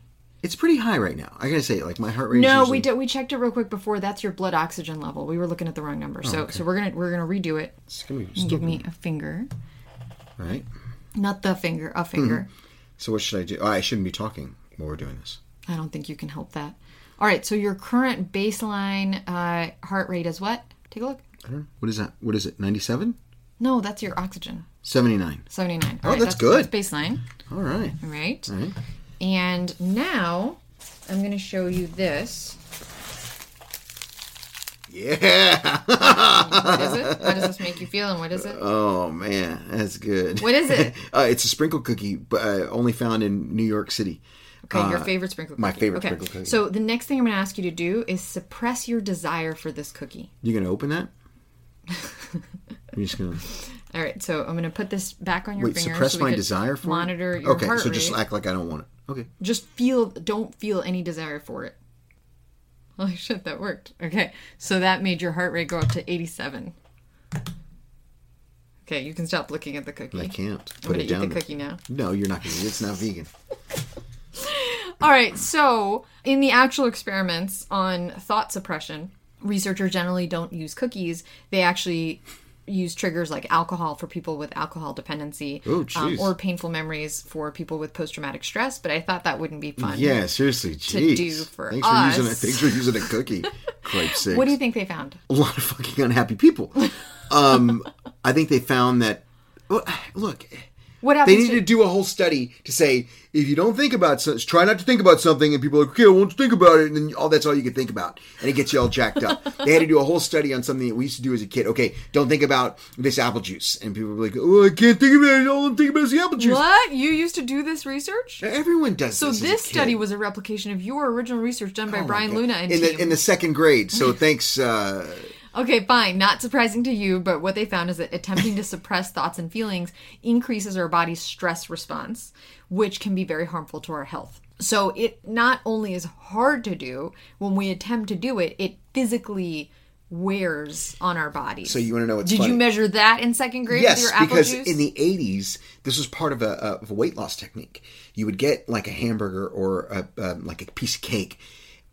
Speaker 2: It's pretty high right now. I gotta say, like my heart rate.
Speaker 1: No,
Speaker 2: is
Speaker 1: we
Speaker 2: usually-
Speaker 1: did. We checked it real quick before. That's your blood oxygen level. We were looking at the wrong
Speaker 2: Oh,
Speaker 1: number. so so we're gonna we're gonna redo it.
Speaker 2: It's gonna be still
Speaker 1: Give me a finger,
Speaker 2: right.
Speaker 1: not the finger, a finger.
Speaker 2: So what should I do? Oh, I shouldn't be talking while we're doing this.
Speaker 1: I don't think you can help that. All right. So your current baseline uh, heart rate is what? Take a look.
Speaker 2: I don't know. What is that? What is it? Ninety-seven.
Speaker 1: No, that's your oxygen.
Speaker 2: Seventy-nine.
Speaker 1: Seventy nine.
Speaker 2: Oh, that's good.
Speaker 1: That's baseline.
Speaker 2: All right.
Speaker 1: All right.
Speaker 2: Mm-hmm.
Speaker 1: And now I'm gonna show you this.
Speaker 2: Yeah.
Speaker 1: What is it? How does this make you feel? And what is it?
Speaker 2: Oh man, that's good.
Speaker 1: What is it?
Speaker 2: uh, it's a sprinkle cookie, but uh, only found in New York City.
Speaker 1: Okay, your
Speaker 2: Uh,
Speaker 1: favorite sprinkle cookie.
Speaker 2: my favorite
Speaker 1: okay.
Speaker 2: sprinkle cookie.
Speaker 1: So the next thing I'm going to ask you to do is suppress your desire for this cookie.
Speaker 2: You gonna open that? You're just gonna
Speaker 1: All right, so I'm going to put this back on your
Speaker 2: wait.
Speaker 1: finger.
Speaker 2: Suppress
Speaker 1: so we
Speaker 2: my
Speaker 1: could
Speaker 2: desire for it?
Speaker 1: monitor your
Speaker 2: okay,
Speaker 1: heart
Speaker 2: so just
Speaker 1: rate.
Speaker 2: act like I don't want it. Okay.
Speaker 1: just feel don't feel any desire for it. Holy shit, that worked. Okay, so that made your heart rate go up to 87. Okay, you can stop looking at the cookie.
Speaker 2: I can't
Speaker 1: I'm
Speaker 2: put
Speaker 1: going
Speaker 2: it
Speaker 1: to eat
Speaker 2: down.
Speaker 1: the
Speaker 2: there.
Speaker 1: cookie now.
Speaker 2: No, you're not gonna. It's not vegan.
Speaker 1: All right, so in the actual experiments on thought suppression, researchers generally don't use cookies. They actually use triggers like alcohol for people with alcohol dependency um,
Speaker 2: Oh, jeez.
Speaker 1: or painful memories for people with post traumatic stress, but I thought that wouldn't be fun.
Speaker 2: Yeah, seriously. Jeez.
Speaker 1: do for
Speaker 2: thanks For using a,
Speaker 1: us.
Speaker 2: thanks for using a cookie. Cripe's sakes.
Speaker 1: What do you think they found?
Speaker 2: a lot of fucking unhappy people. Um, I think they found that. Well, look,
Speaker 1: What
Speaker 2: they
Speaker 1: happens
Speaker 2: needed to do a whole study to say if you don't think about something, try not to think about something, and people are like, okay, I won't think about it, and then all that's all you can think about, and it gets you all jacked up. they had to do a whole study on something that we used to do as a kid. Okay, don't think about this apple juice, and people were like, oh, I can't think about it. All I'm thinking about is the apple
Speaker 1: to
Speaker 2: juice.
Speaker 1: What? You used to do this research?
Speaker 2: Everyone does.
Speaker 1: So
Speaker 2: this, as a
Speaker 1: this
Speaker 2: kid.
Speaker 1: study was a replication of your original research done by
Speaker 2: Oh my
Speaker 1: Brian
Speaker 2: God.
Speaker 1: Luna and
Speaker 2: in
Speaker 1: team.
Speaker 2: the in the second grade. So thanks. Uh,
Speaker 1: Okay, fine. Not surprising to you, but what they found is that attempting to suppress thoughts and feelings increases our body's stress response, which can be very harmful to our health. So it not only is hard to do, when we attempt to do it, it physically wears on our body.
Speaker 2: so you want to know what's
Speaker 1: Did
Speaker 2: funny?
Speaker 1: you measure that in second grade
Speaker 2: Yes,
Speaker 1: with your apple
Speaker 2: because
Speaker 1: juice?
Speaker 2: in the '80s, this was part of a, of a weight loss technique. You would get like a hamburger or a, um, like a piece of cake,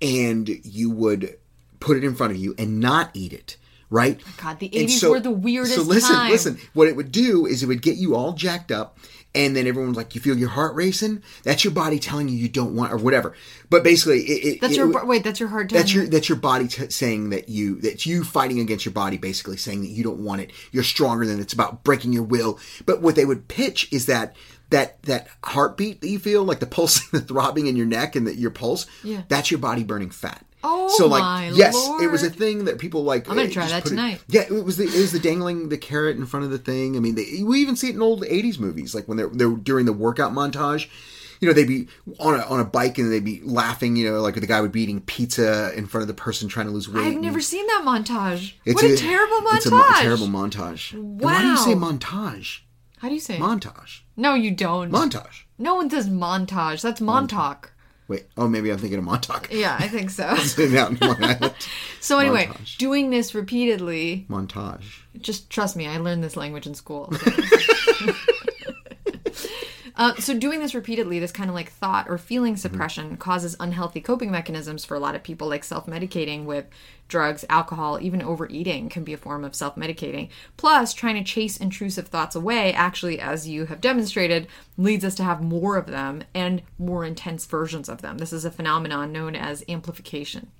Speaker 2: and you would put it in front of you and not eat it. Right?
Speaker 1: Oh God, the
Speaker 2: And
Speaker 1: 80s were the weirdest
Speaker 2: So listen,
Speaker 1: time.
Speaker 2: listen. What it would do is it would get you all jacked up, and then everyone's like, "You feel your heart racing? That's your body telling you you don't want or whatever." But basically, it, it,
Speaker 1: that's
Speaker 2: it
Speaker 1: your
Speaker 2: would-
Speaker 1: wait. That's your hard time.
Speaker 2: that's your that's your body t- saying that you that's you fighting against your body, basically saying that you don't want it. You're stronger than it. it's about breaking your will. But what they would pitch is that that that heartbeat that you feel, like the pulsing, the throbbing in your neck and that your pulse,
Speaker 1: Yeah.
Speaker 2: that's your body burning fat.
Speaker 1: Oh
Speaker 2: so like
Speaker 1: my
Speaker 2: yes, it was a
Speaker 1: lord.
Speaker 2: thing that people like. I'm
Speaker 1: gonna try that tonight.
Speaker 2: yeah, it was the it was the dangling the carrot in front of the thing. I mean, they, we even see it in old '80s movies, like when they're they're during the workout montage. You know, they'd be on a, on a bike and they'd be laughing. You know, like the guy would be eating pizza in front of the person trying to lose weight.
Speaker 1: I've
Speaker 2: and-
Speaker 1: never seen that montage.
Speaker 2: It's
Speaker 1: what a, terrible montage!
Speaker 2: It's a mo- terrible montage. And Why do you say
Speaker 1: Wow.
Speaker 2: montage?
Speaker 1: How do you say? it?
Speaker 2: Montage.
Speaker 1: no, you don't.
Speaker 2: Montage.
Speaker 1: no one says montage. That's Montauk.
Speaker 2: Wait. Oh, maybe I'm thinking of Montauk.
Speaker 1: Yeah, I think so.
Speaker 2: Out in Long Island.
Speaker 1: So anyway,
Speaker 2: Montage.
Speaker 1: doing this repeatedly,
Speaker 2: montage.
Speaker 1: just trust me, I learned this language in school. Uh, so doing this repeatedly, this kind of like thought or feeling suppression causes unhealthy coping mechanisms for a lot of people, like self-medicating with drugs, alcohol, even overeating can be a form of self-medicating. Plus, trying to chase intrusive thoughts away, actually, as you have demonstrated, leads us to have more of them and more intense versions of them. This is a phenomenon known as amplification.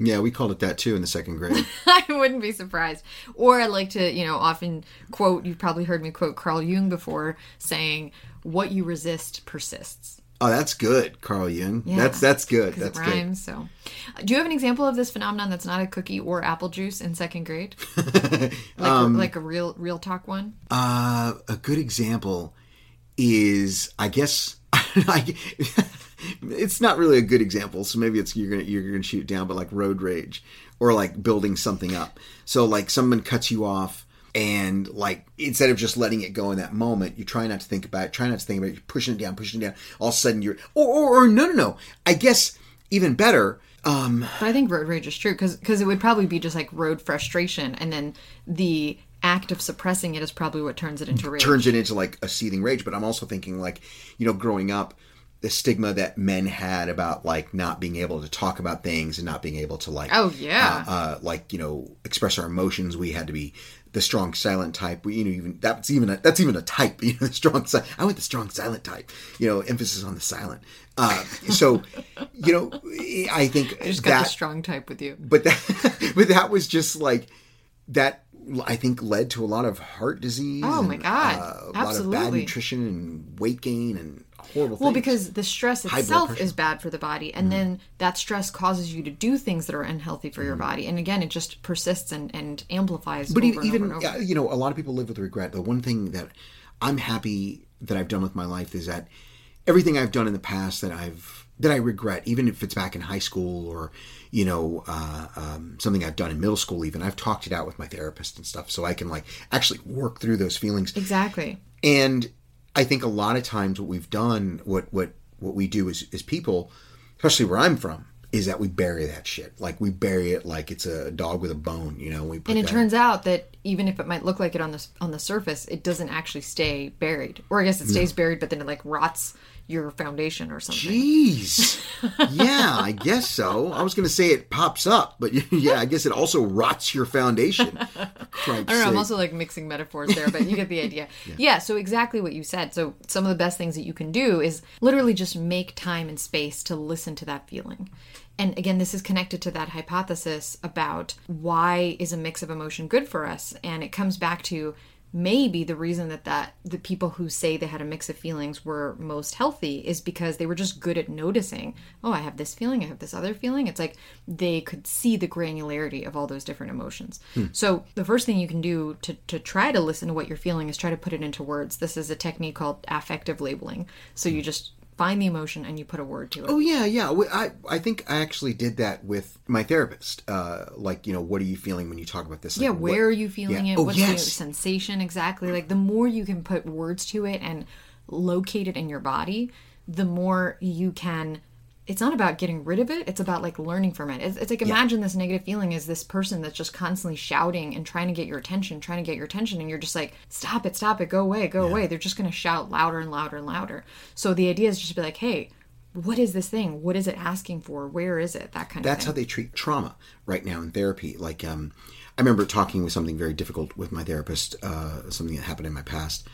Speaker 2: Yeah, we called it that too in the second grade.
Speaker 1: I wouldn't be surprised. Or I like to, you know, often quote, you've probably heard me quote Carl Jung before saying, what you resist persists.
Speaker 2: oh, that's good, Carl Jung. That's that's good.
Speaker 1: 'Cause
Speaker 2: That's
Speaker 1: it
Speaker 2: good.
Speaker 1: rhymes. So, Uh, do you have an example of this phenomenon that's not a cookie or apple juice in second grade? like,
Speaker 2: Um,
Speaker 1: like a real real talk one?
Speaker 2: Uh, a good example is, I guess, I, it's not really a good example. So maybe it's you're gonna you're gonna shoot it down, but like road rage or like building something up. So like someone cuts you off. And like instead of just letting it go in that moment, you try not to think about it, try not to think about it, you're pushing it down, pushing it down. All of a sudden you're or or, or no no no. I guess even better, um
Speaker 1: But I think road rage is true because it would probably be just like road frustration, and then the act of suppressing it is probably what turns it into rage.
Speaker 2: turns it into like a seething rage. But I'm also thinking like, you know, growing up, the stigma that men had about like not being able to talk about things and not being able to like,
Speaker 1: Oh, yeah.
Speaker 2: uh, uh, like you know, express our emotions. We had to be the strong silent type. We, you know, even that's even a, that's even a type. You know, the strong. si- I went the strong silent type. You know, emphasis on the silent. Uh, so, you know, I think
Speaker 1: Just got
Speaker 2: that
Speaker 1: the strong type with you.
Speaker 2: but that but that was just like that I think led to a lot of heart disease.
Speaker 1: Oh, my
Speaker 2: and, uh,
Speaker 1: God.
Speaker 2: a lot of bad
Speaker 1: Absolutely.
Speaker 2: nutrition and weight gain and horrible things.
Speaker 1: Well, because the stress
Speaker 2: blood
Speaker 1: itself
Speaker 2: pressure. Mm-hmm.
Speaker 1: is bad for the body, and then that stress causes you to do things that are unhealthy for your body. And again, it just persists and, and amplifies.
Speaker 2: Mm-hmm. but
Speaker 1: over
Speaker 2: even,
Speaker 1: and
Speaker 2: even
Speaker 1: over and over.
Speaker 2: uh, you know a lot of people live with regret. The one thing that I'm happy that I've done with my life is that everything I've done in the past that I've that I regret, even if it's back in high school or you know uh, um, something I've done in middle school, even I've talked it out with my therapist and stuff, so I can like actually work through those feelings.
Speaker 1: exactly.
Speaker 2: And I think a lot of times what we've done, what what what we do as as people, especially where I'm from, is that we bury that shit. Like we bury it like it's a dog with a bone. You know, we put
Speaker 1: And it
Speaker 2: that-
Speaker 1: turns out that even if it might look like it on the on the surface, it doesn't actually stay buried. Or I guess it stays buried, but then it like rots your foundation or something.
Speaker 2: Jeez. Yeah, I guess so. I was going to say it pops up, but yeah, I guess it also rots your foundation. For Christ's
Speaker 1: I don't know. I'm
Speaker 2: sake.
Speaker 1: also like mixing metaphors there, but you get the idea. yeah. So exactly what you said. So some of the best things that you can do is literally just make time and space to listen to that feeling. And again, this is connected to that hypothesis about why is a mix of emotion good for us? And it comes back to maybe the reason that that the people who say they had a mix of feelings were most healthy is because they were just good at noticing oh i have this feeling i have this other feeling it's like they could see the granularity of all those different emotions so the first thing you can do to, to try to listen to what you're feeling is try to put it into words this is a technique called affective labeling so you just find the emotion and you put a word to it
Speaker 2: Oh yeah, yeah. We- I I think I actually did that with my therapist. Uh, like you know, what are you feeling when you talk about this? Like,
Speaker 1: yeah
Speaker 2: what-
Speaker 1: where are you feeling
Speaker 2: yeah.
Speaker 1: it
Speaker 2: Oh,
Speaker 1: what's the
Speaker 2: yes.
Speaker 1: sensation exactly like the more you can put words to it and locate it in your body the more you can it's not about getting rid of it it's about like learning from it it's, it's like imagine this negative feeling is this person that's just constantly shouting and trying to get your attention trying to get your attention and you're just like stop it stop it go away go away they're just going to shout louder and louder and louder so the idea is just to be like hey what is this thing what is it asking for where is it that kind of
Speaker 2: That's
Speaker 1: thing
Speaker 2: how they treat trauma right now in therapy. Like, um, I remember talking with something very difficult with my therapist, uh, something that happened in my past,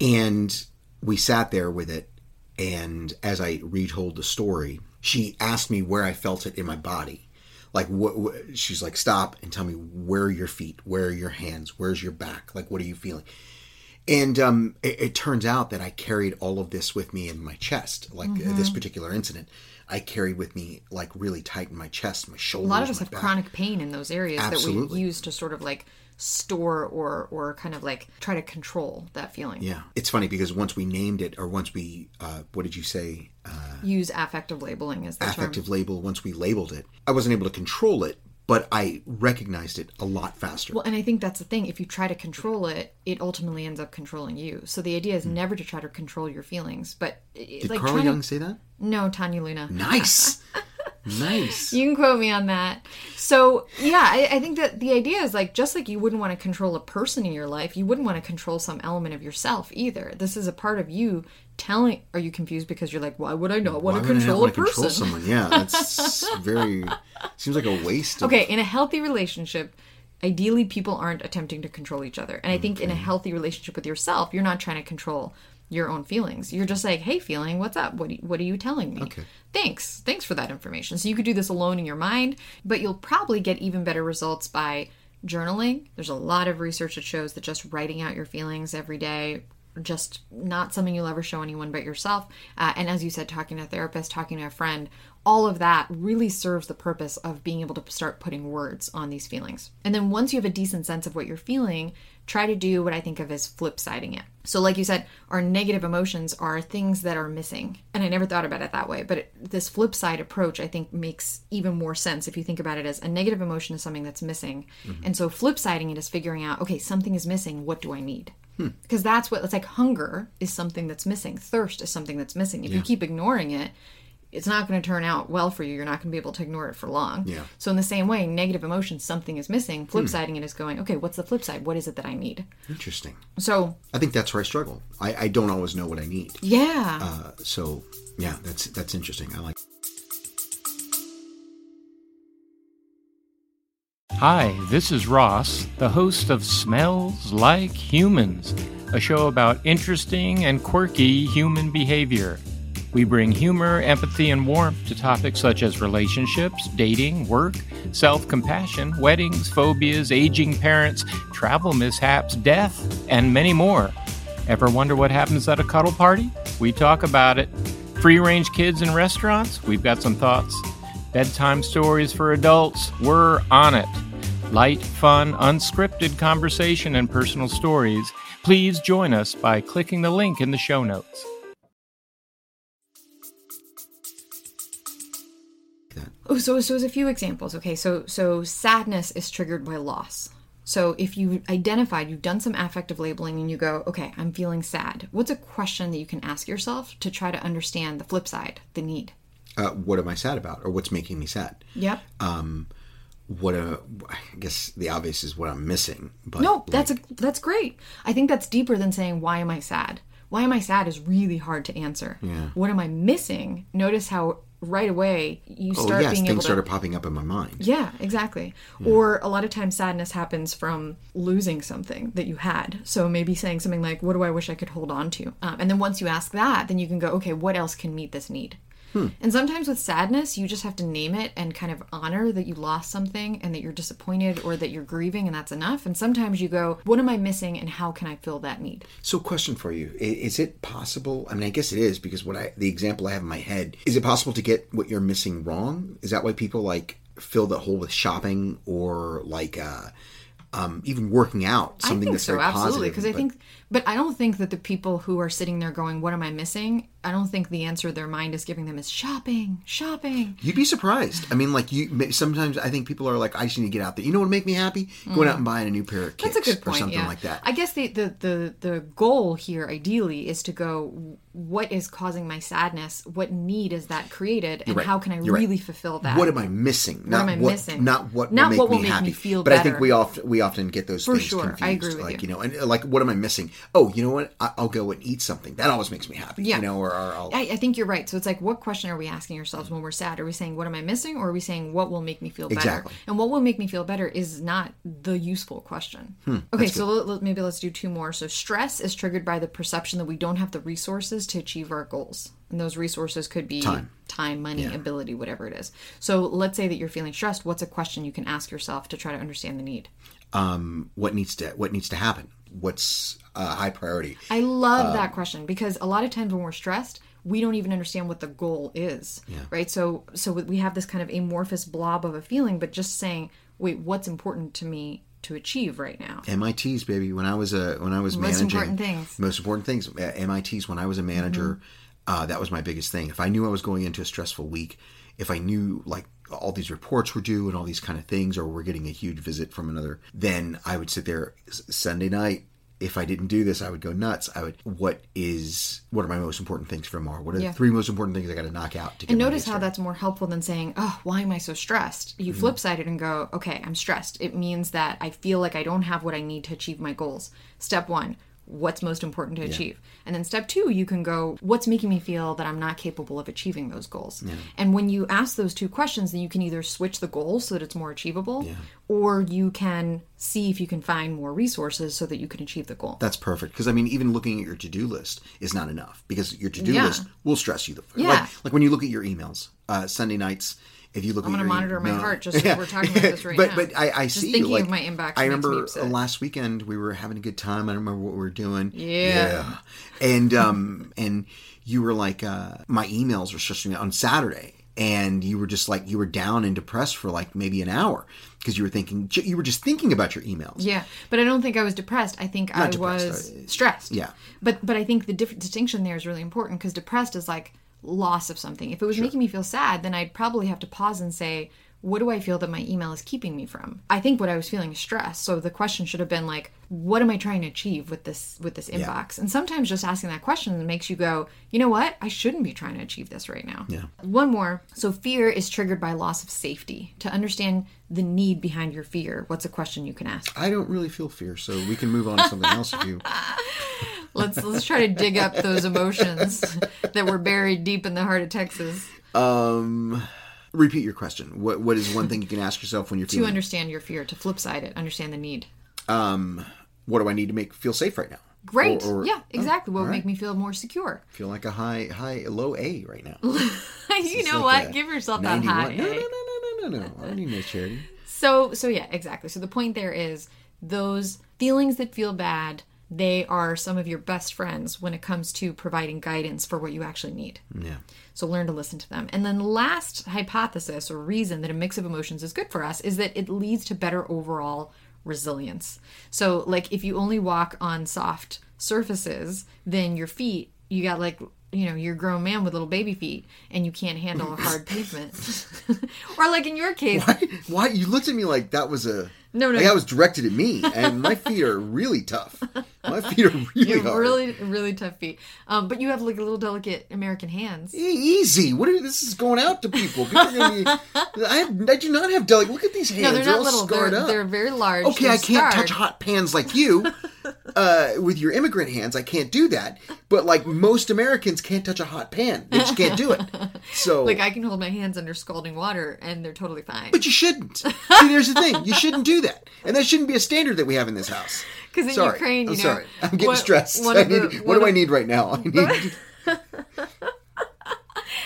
Speaker 2: and we sat there with it. And as I retold the story, she asked me where I felt it in my body. Like, what, what? She's like, stop and tell me where are your feet, where are your hands, where's your back, like, what are you feeling? And um, it, it turns out that I carried all of this with me in my chest. Like uh,
Speaker 1: Mm-hmm.
Speaker 2: this particular incident, I carried with me like really tight in my chest, my shoulders.
Speaker 1: a lot of us have
Speaker 2: back.
Speaker 1: chronic pain in those areas that
Speaker 2: Absolutely.
Speaker 1: we use to sort of like store or or kind of like try to control that feeling
Speaker 2: Yeah, it's funny because once we named it, or once we, uh, what did you say, uh,
Speaker 1: use affective labeling as the term
Speaker 2: affective label. Once we labeled it, I wasn't able to control it, but I recognized it a lot faster.
Speaker 1: well and i think that's the thing if you try to control it it ultimately ends up controlling you so the idea is never to try to control your feelings but it's
Speaker 2: Hmm. did
Speaker 1: like
Speaker 2: Carl
Speaker 1: trying
Speaker 2: Young
Speaker 1: to
Speaker 2: say that?
Speaker 1: no tanya luna
Speaker 2: Nice, nice.
Speaker 1: You can quote me on that. So yeah, I, I think that the idea is like just like you wouldn't want to control a person in your life, you wouldn't want to control some element of yourself either. This is a part of you telling. Are you confused because you're like, why would I not want
Speaker 2: Why
Speaker 1: to
Speaker 2: would I not
Speaker 1: control a
Speaker 2: wanna
Speaker 1: person?
Speaker 2: Control someone? Yeah, that's very seems like a waste. Of,
Speaker 1: Okay, in a healthy relationship, ideally people aren't attempting to control each other. And I think in a healthy relationship with yourself, you're not trying to control your own feelings. You're just like, hey, feeling, what's up? What, do- what are you telling me?
Speaker 2: Okay.
Speaker 1: Thanks. Thanks for that information. So you could do this alone in your mind, but you'll probably get even better results by journaling. There's a lot of research that shows that just writing out your feelings every day, just not something you'll ever show anyone but yourself. Uh, and as you said, talking to a therapist, talking to a friend, all of that really serves the purpose of being able to start putting words on these feelings. And then once you have a decent sense of what you're feeling, try to do what I think of as flip siding it. So, like you said, our negative emotions are things that are missing. And I never thought about it that way, but it, this flip side approach, I think, makes even more sense if you think about it as a negative emotion is something that's missing.
Speaker 2: Mm-hmm.
Speaker 1: And so, flip siding it is figuring out, okay, something is missing. What do I need?
Speaker 2: Hmm.
Speaker 1: Because that's what it's like hunger is something that's missing, thirst is something that's missing. If you keep ignoring it, it's not going to turn out well for you. You're not going to be able to ignore it for long.
Speaker 2: Yeah. Hmm.
Speaker 1: So in the same way, negative emotions, something is missing. Flip siding it is going, okay, what's the flip side? What is it that I need?
Speaker 2: Interesting.
Speaker 1: So
Speaker 2: I think that's where I struggle. I, I don't always know what I need.
Speaker 1: yeah,
Speaker 2: Uh, so yeah, that's that's interesting. I like.
Speaker 4: Hi, this is Ross, the host of Smells Like Humans, a show about interesting and quirky human behavior. We bring humor, empathy, and warmth to topics such as relationships, dating, work, self compassion, weddings, phobias, aging parents, travel mishaps, death, and many more. Ever wonder what happens at a cuddle party? We talk about it. Free range kids in restaurants? We've got some thoughts. Bedtime stories for adults, we're on it. Light, fun, unscripted conversation and personal stories. Please join us by clicking the link in the show notes.
Speaker 1: Oh, so so there's a few examples. Okay, so so sadness is triggered by loss. So if you identified, you've done some affective labeling, and you go, okay, I'm feeling sad. What's a question that you can ask yourself to try to understand the flip side, the need?
Speaker 2: Uh, what am I sad about, or what's making me sad? Um,
Speaker 1: Yep.
Speaker 2: What uh, I guess the obvious is what I'm missing. But
Speaker 1: no, that's a, that's great. I think that's deeper than saying why am I sad. Why am I sad is really hard to answer. Yeah. What am I missing? Notice how right away you
Speaker 2: oh
Speaker 1: start
Speaker 2: yes,
Speaker 1: being
Speaker 2: things
Speaker 1: able to
Speaker 2: started popping up in my mind.
Speaker 1: Yeah, exactly. Or a lot of times sadness happens from losing something that you had. So maybe saying something like, What do I wish I could hold on to? Um, and then once you ask that, then you can go, Okay, what else can meet this need?
Speaker 2: Hmm.
Speaker 1: And sometimes with sadness, you just have to name it and kind of honor that you lost something and that you're disappointed or that you're grieving, and that's enough. And sometimes you go, What am I missing and how can I fill that need?
Speaker 2: So, question for you: I- Is it possible? I mean, I guess it is because what I the example I have in my head is it possible to get what you're missing wrong? Is that why people like fill the hole with shopping or like uh, um, even working out? Something
Speaker 1: I think
Speaker 2: that's
Speaker 1: so,
Speaker 2: very
Speaker 1: absolutely.
Speaker 2: positive,
Speaker 1: Because I
Speaker 2: but-
Speaker 1: think, but I don't think that the people who are sitting there going, "What am I missing?" I don't think the answer their mind is giving them is shopping, shopping.
Speaker 2: You'd be surprised. I mean, like you. ma- Sometimes I think people are like, "I just need to get out there." You know what would make me happy? Going out and buying a new pair of kicks
Speaker 1: Mm. That's a good point.
Speaker 2: or something
Speaker 1: yeah.
Speaker 2: like that.
Speaker 1: I guess the, the the the goal here, ideally, is to go, "What is causing my sadness? What need is that created, and
Speaker 2: right.
Speaker 1: how can I
Speaker 2: You're right.
Speaker 1: really fulfill that?"
Speaker 2: what am I missing?
Speaker 1: am I missing?
Speaker 2: Not what.
Speaker 1: Not
Speaker 2: will make
Speaker 1: what will
Speaker 2: me
Speaker 1: make me
Speaker 2: happy.
Speaker 1: feel
Speaker 2: But I think
Speaker 1: better.
Speaker 2: we often we often get those
Speaker 1: For
Speaker 2: things
Speaker 1: sure. I
Speaker 2: confused.
Speaker 1: agree with
Speaker 2: like
Speaker 1: you.
Speaker 2: know, and uh, like what am I missing? Oh, you know what? I, I'll go and eat something. That always makes me happy.
Speaker 1: Yeah.
Speaker 2: You know, or, or I'll.
Speaker 1: I, I think you're right. So it's like, what question are we asking ourselves when we're sad? Are we saying, what am I missing? Or are we saying, what will make me feel better?
Speaker 2: Exactly.
Speaker 1: And what will make me feel better is not the useful question.
Speaker 2: Hmm,
Speaker 1: okay, so let, let- maybe let's do two more. So stress is triggered by the perception that we don't have the resources to achieve our goals. And those resources could be
Speaker 2: Time.
Speaker 1: time, money, ability, whatever it is. So let's say that you're feeling stressed. What's a question you can ask yourself to try to understand the need?
Speaker 2: what needs to what needs to happen? What's uh, high priority?
Speaker 1: I love that question because a lot of times when we're stressed, we don't even understand what the goal is, right? So, so we have this kind of amorphous blob of a feeling, but just saying, wait, what's important to me to achieve right now?
Speaker 2: MITs, baby. When I was a when I was
Speaker 1: Most
Speaker 2: managing
Speaker 1: important things.
Speaker 2: most important things. uh, MITs. When I was a manager,
Speaker 1: Mm-hmm.
Speaker 2: uh, that was my biggest thing. If I knew I was going into a stressful week, if I knew like all these reports were due and all these kind of things, or we're getting a huge visit from another, then I would sit there s- Sunday night. If I didn't do this, I would go nuts. I would. What is? What are my most important things for tomorrow? What are the three most important things I got to knock out to get?
Speaker 1: And
Speaker 2: my day
Speaker 1: notice how
Speaker 2: started?
Speaker 1: that's more helpful than saying, oh, why am I so stressed?
Speaker 2: Mm-hmm.
Speaker 1: You flip side it and go, okay, I'm stressed. It means that I feel like I don't have what I need to achieve my goals. Step one, what's most important to achieve. And then step two, you can go, what's making me feel that I'm not capable of achieving those goals? And when you ask those two questions, then you can either switch the goal so that it's more achievable, or you can see if you can find more resources so that you can achieve the goal.
Speaker 2: That's perfect because I mean, even looking at your to do list is not enough because your to do
Speaker 1: Yeah.
Speaker 2: list will stress you. The,
Speaker 1: Yeah.
Speaker 2: like, like when you look at your emails uh, Sunday nights. If you look, I'm
Speaker 1: gonna
Speaker 2: going to
Speaker 1: monitor my heart just as we're talking about this right
Speaker 2: but,
Speaker 1: now.
Speaker 2: But I, I
Speaker 1: Just
Speaker 2: see
Speaker 1: thinking
Speaker 2: you. Like,
Speaker 1: of my inbox
Speaker 2: I
Speaker 1: makes me
Speaker 2: remember
Speaker 1: upset.
Speaker 2: last weekend we were having a good time. I don't remember what we were doing.
Speaker 1: Yeah.
Speaker 2: Yeah. And um and you were like uh my emails were stressing me out on Saturday. And you were just like you were down and depressed for like maybe an hour because you were thinking you were just thinking about your emails.
Speaker 1: Yeah, but I don't think I was depressed. I think I
Speaker 2: depressed,
Speaker 1: was stressed.
Speaker 2: yeah.
Speaker 1: but but I think the different distinction there is really important because depressed is like loss of something. If it was making me feel sad, then I'd probably have to pause and say, "What do I feel that my email is keeping me from?" I think what I was feeling is stress. So the question should have been like, "What am I trying to achieve with this with this inbox?" And sometimes just asking that question makes you go, "You know what? I shouldn't be trying to achieve this right now." Yeah. One more. So fear is triggered by loss of safety. To understand the need behind your fear, what's a question you can ask?
Speaker 2: I don't really feel fear, so we can move on to something else if you.
Speaker 1: let's let's try to dig up those emotions that were buried deep in the heart of Texas
Speaker 2: um, Repeat your question. What What is one thing you can ask yourself when you're
Speaker 1: to
Speaker 2: feeling?
Speaker 1: understand your fear, to flip side it, understand the need.
Speaker 2: what do I need to make feel safe right now?
Speaker 1: Great.
Speaker 2: Or- oh, or-
Speaker 1: yeah, exactly. what would
Speaker 2: all
Speaker 1: make me feel more secure?
Speaker 2: Feel like a high, high, low A right now.
Speaker 1: you know
Speaker 2: like
Speaker 1: what?
Speaker 2: a
Speaker 1: Give yourself that
Speaker 2: 91.
Speaker 1: high.
Speaker 2: No, no,
Speaker 1: eh?
Speaker 2: no, no, no, no, no. I don't need no charity.
Speaker 1: So so yeah, exactly. So the point there is those feelings that feel bad, they are some of your best friends when it comes to providing guidance for what you actually need.
Speaker 2: Yeah.
Speaker 1: So learn to listen to them. And then last hypothesis or reason that a mix of emotions is good for us is that it leads to better overall resilience. So like if you only walk on soft surfaces, then your feet, you got like you know, you're a grown man with little baby feet and you can't handle a hard pavement. or like in your case,
Speaker 2: Why you looked at me like that was a
Speaker 1: No, no.
Speaker 2: like that was directed at me, and my feet are really tough. My feet are really
Speaker 1: you have
Speaker 2: hard.
Speaker 1: really really tough feet. Um, but you have like little delicate American hands.
Speaker 2: Hey, Easy. What are this is going out to people? People are gonna be, I, have, I do not have delicate. Look at these hands.
Speaker 1: No, they're not
Speaker 2: all
Speaker 1: little. They're,
Speaker 2: scarred up.
Speaker 1: they're very large.
Speaker 2: okay,
Speaker 1: They're
Speaker 2: I can't
Speaker 1: scarred.
Speaker 2: touch hot pans like you uh, with your immigrant hands. I can't do that. But like most Americans can't touch a hot pan. They just can't do it. So
Speaker 1: Like I can hold my hands under scalding water and they're totally fine.
Speaker 2: but you shouldn't. See, there's the thing. You shouldn't do that. And that shouldn't be a standard that we have in this house.
Speaker 1: Because in
Speaker 2: Sorry.
Speaker 1: Ukraine, you
Speaker 2: I'm
Speaker 1: know,
Speaker 2: sorry. I'm getting
Speaker 1: what-
Speaker 2: stressed.
Speaker 1: one
Speaker 2: I
Speaker 1: of the-
Speaker 2: need,
Speaker 1: one
Speaker 2: what do
Speaker 1: of-
Speaker 2: I need right now? I need I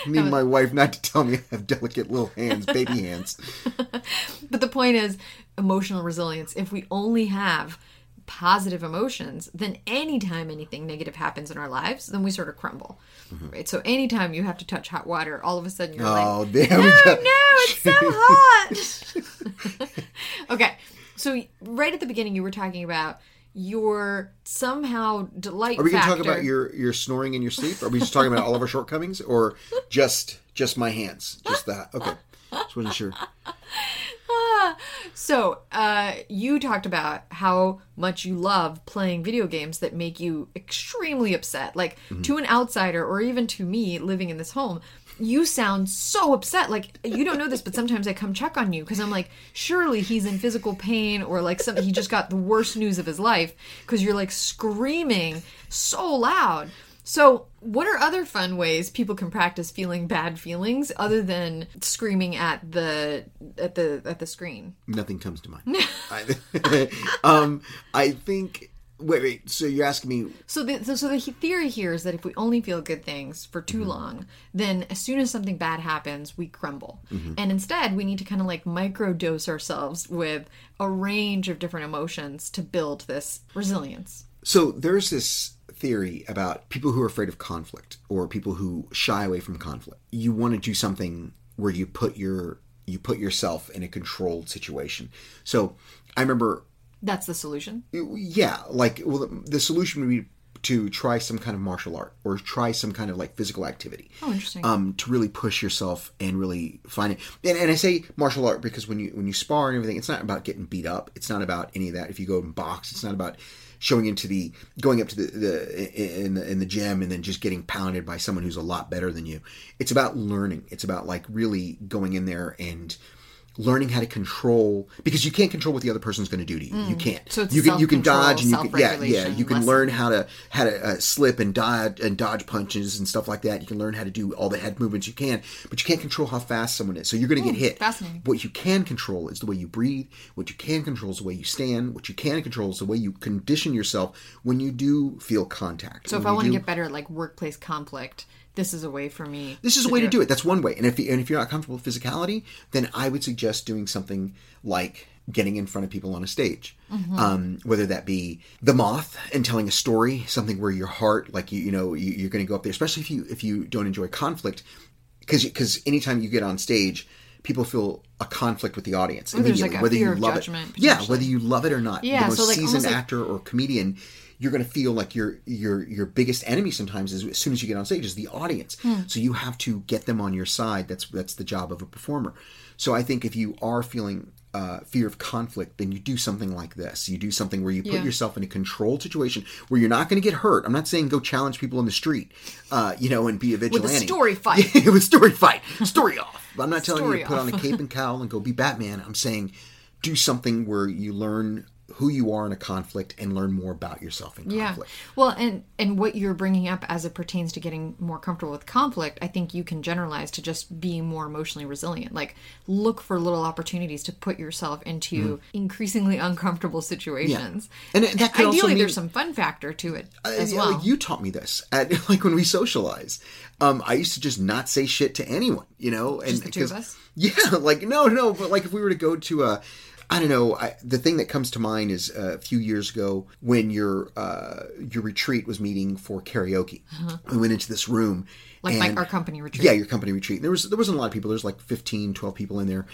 Speaker 2: need my wife not to tell me I have delicate little hands, baby hands.
Speaker 1: But the point is, emotional resilience. If we only have positive emotions, then anytime anything negative happens in our lives, then we sort of crumble. Right. So anytime you have to touch hot water, all of a sudden you're
Speaker 2: Mm-hmm. Oh,
Speaker 1: like,
Speaker 2: there
Speaker 1: no,
Speaker 2: we
Speaker 1: no,
Speaker 2: go.
Speaker 1: it's so hot. okay. So right at the beginning, you were talking about your somehow delight.
Speaker 2: Are we going to
Speaker 1: factor.
Speaker 2: talk about your your snoring in your sleep? Are we just talking about all of our shortcomings, or just just my hands? Just that? Okay, just wasn't sure.
Speaker 1: So, uh, you talked about how much you love playing video games that make you extremely upset. Like, to an outsider or even to me living in this home, you sound so upset. Like, you don't know this, but sometimes I come check on you because I'm like, surely he's in physical pain or like some, he just got the worst news of his life because you're like screaming so loud. So, what are other fun ways people can practice feeling bad feelings other than screaming at the at the at the screen?
Speaker 2: Nothing comes to mind. I, um, I think. Wait, wait. So you're asking me?
Speaker 1: So the so, so the he- theory here is that if we only feel good things for too
Speaker 2: Mm-hmm.
Speaker 1: long, then as soon as something bad happens, we crumble.
Speaker 2: Mm-hmm.
Speaker 1: And instead, we need to kind of like microdose ourselves with a range of different emotions to build this resilience.
Speaker 2: So there's this theory about people who are afraid of conflict or people who shy away from conflict. You want to do something where you put your you put yourself in a controlled situation. So I remember
Speaker 1: That's the solution.
Speaker 2: yeah like well the- the solution would be to try some kind of martial art or try some kind of like physical activity
Speaker 1: Oh, interesting.
Speaker 2: um to really push yourself and really find it and, and i say martial art because when you when you spar and everything it's not about getting beat up it's not about any of that if you go and box it's not about showing into the going up to the, the in the in the gym and then just getting pounded by someone who's a lot better than you it's about learning it's about like really going in there and learning how to control because you can't control what the other person's going to do to you. You
Speaker 1: Mm.
Speaker 2: can't.
Speaker 1: So it's
Speaker 2: you can you can
Speaker 1: self-control,
Speaker 2: dodge and you can yeah yeah
Speaker 1: self-regulation
Speaker 2: you can
Speaker 1: lesson.
Speaker 2: learn how to how to uh, slip and dodge and dodge punches and stuff like that. You can learn how to do all the head movements you can, but you can't control how fast someone is. So you're going to get hit.
Speaker 1: Hmm, fascinating.
Speaker 2: What you can control is the way you breathe. What you can control is the way you stand. What you can control is the way you condition yourself when you do feel contact.
Speaker 1: So if
Speaker 2: When
Speaker 1: I
Speaker 2: you
Speaker 1: want to
Speaker 2: do-
Speaker 1: get better at like workplace conflict, this is a way for me.
Speaker 2: this is a way to do it. That's one way. And if and if you're not comfortable with physicality, then I would suggest doing something like getting in front of people on a stage,
Speaker 1: Mm-hmm.
Speaker 2: um, whether that be the moth and telling a story, something where your heart, like you, you know, you, you're going to go up there, especially if you if you don't enjoy conflict, because because anytime you get on stage. People feel a conflict with the audience
Speaker 1: there's,
Speaker 2: immediately,
Speaker 1: like, a
Speaker 2: whether
Speaker 1: fear
Speaker 2: you
Speaker 1: of
Speaker 2: love
Speaker 1: judgment,
Speaker 2: it. Yeah,
Speaker 1: potentially.
Speaker 2: whether you love it or not.
Speaker 1: Yeah,
Speaker 2: the most
Speaker 1: so, like, almost
Speaker 2: seasoned
Speaker 1: like-
Speaker 2: actor or comedian, you're going to feel like your your your biggest enemy sometimes is as soon as you get on stage is the audience.
Speaker 1: Hmm.
Speaker 2: So you have to get them on your side. That's that's the job of a performer. So I think if you are feeling uh, fear of conflict, then you do something like this. You do something where you put
Speaker 1: Yeah.
Speaker 2: yourself in a controlled situation where you're not going to get hurt. I'm not saying go challenge people in the street, uh, you know, and be a vigilante.
Speaker 1: story fight.
Speaker 2: Yeah, with story fight, story off. I'm not telling you
Speaker 1: Story
Speaker 2: to put on a cape and cowl and go be Batman. I'm saying do something where you learn who you are in a conflict and learn more about yourself in
Speaker 1: Yeah.
Speaker 2: conflict.
Speaker 1: Well, and and what you're bringing up as it pertains to getting more comfortable with conflict, I think you can generalize to just being more emotionally resilient. Like look for little opportunities to put yourself into increasingly uncomfortable situations.
Speaker 2: Mm-hmm. And it- that could also
Speaker 1: ideally
Speaker 2: mean- Uh,
Speaker 1: there's some fun factor to it as
Speaker 2: Yeah,
Speaker 1: well.
Speaker 2: like, you taught me this at like when we socialize. Um, I used to just not say shit to anyone, you know, and
Speaker 1: Just the two of
Speaker 2: 'cause-
Speaker 1: us?
Speaker 2: Yeah, like no, no, but like if we were to go to a, I don't know, I, the thing that comes to mind is uh, a few years ago when your uh, your retreat was meeting for karaoke.
Speaker 1: Uh-huh.
Speaker 2: We went into this room,
Speaker 1: like like
Speaker 2: and-
Speaker 1: our company retreat.
Speaker 2: Yeah, your company retreat. And there was there wasn't a lot of people. There's like 15, 12 people in there.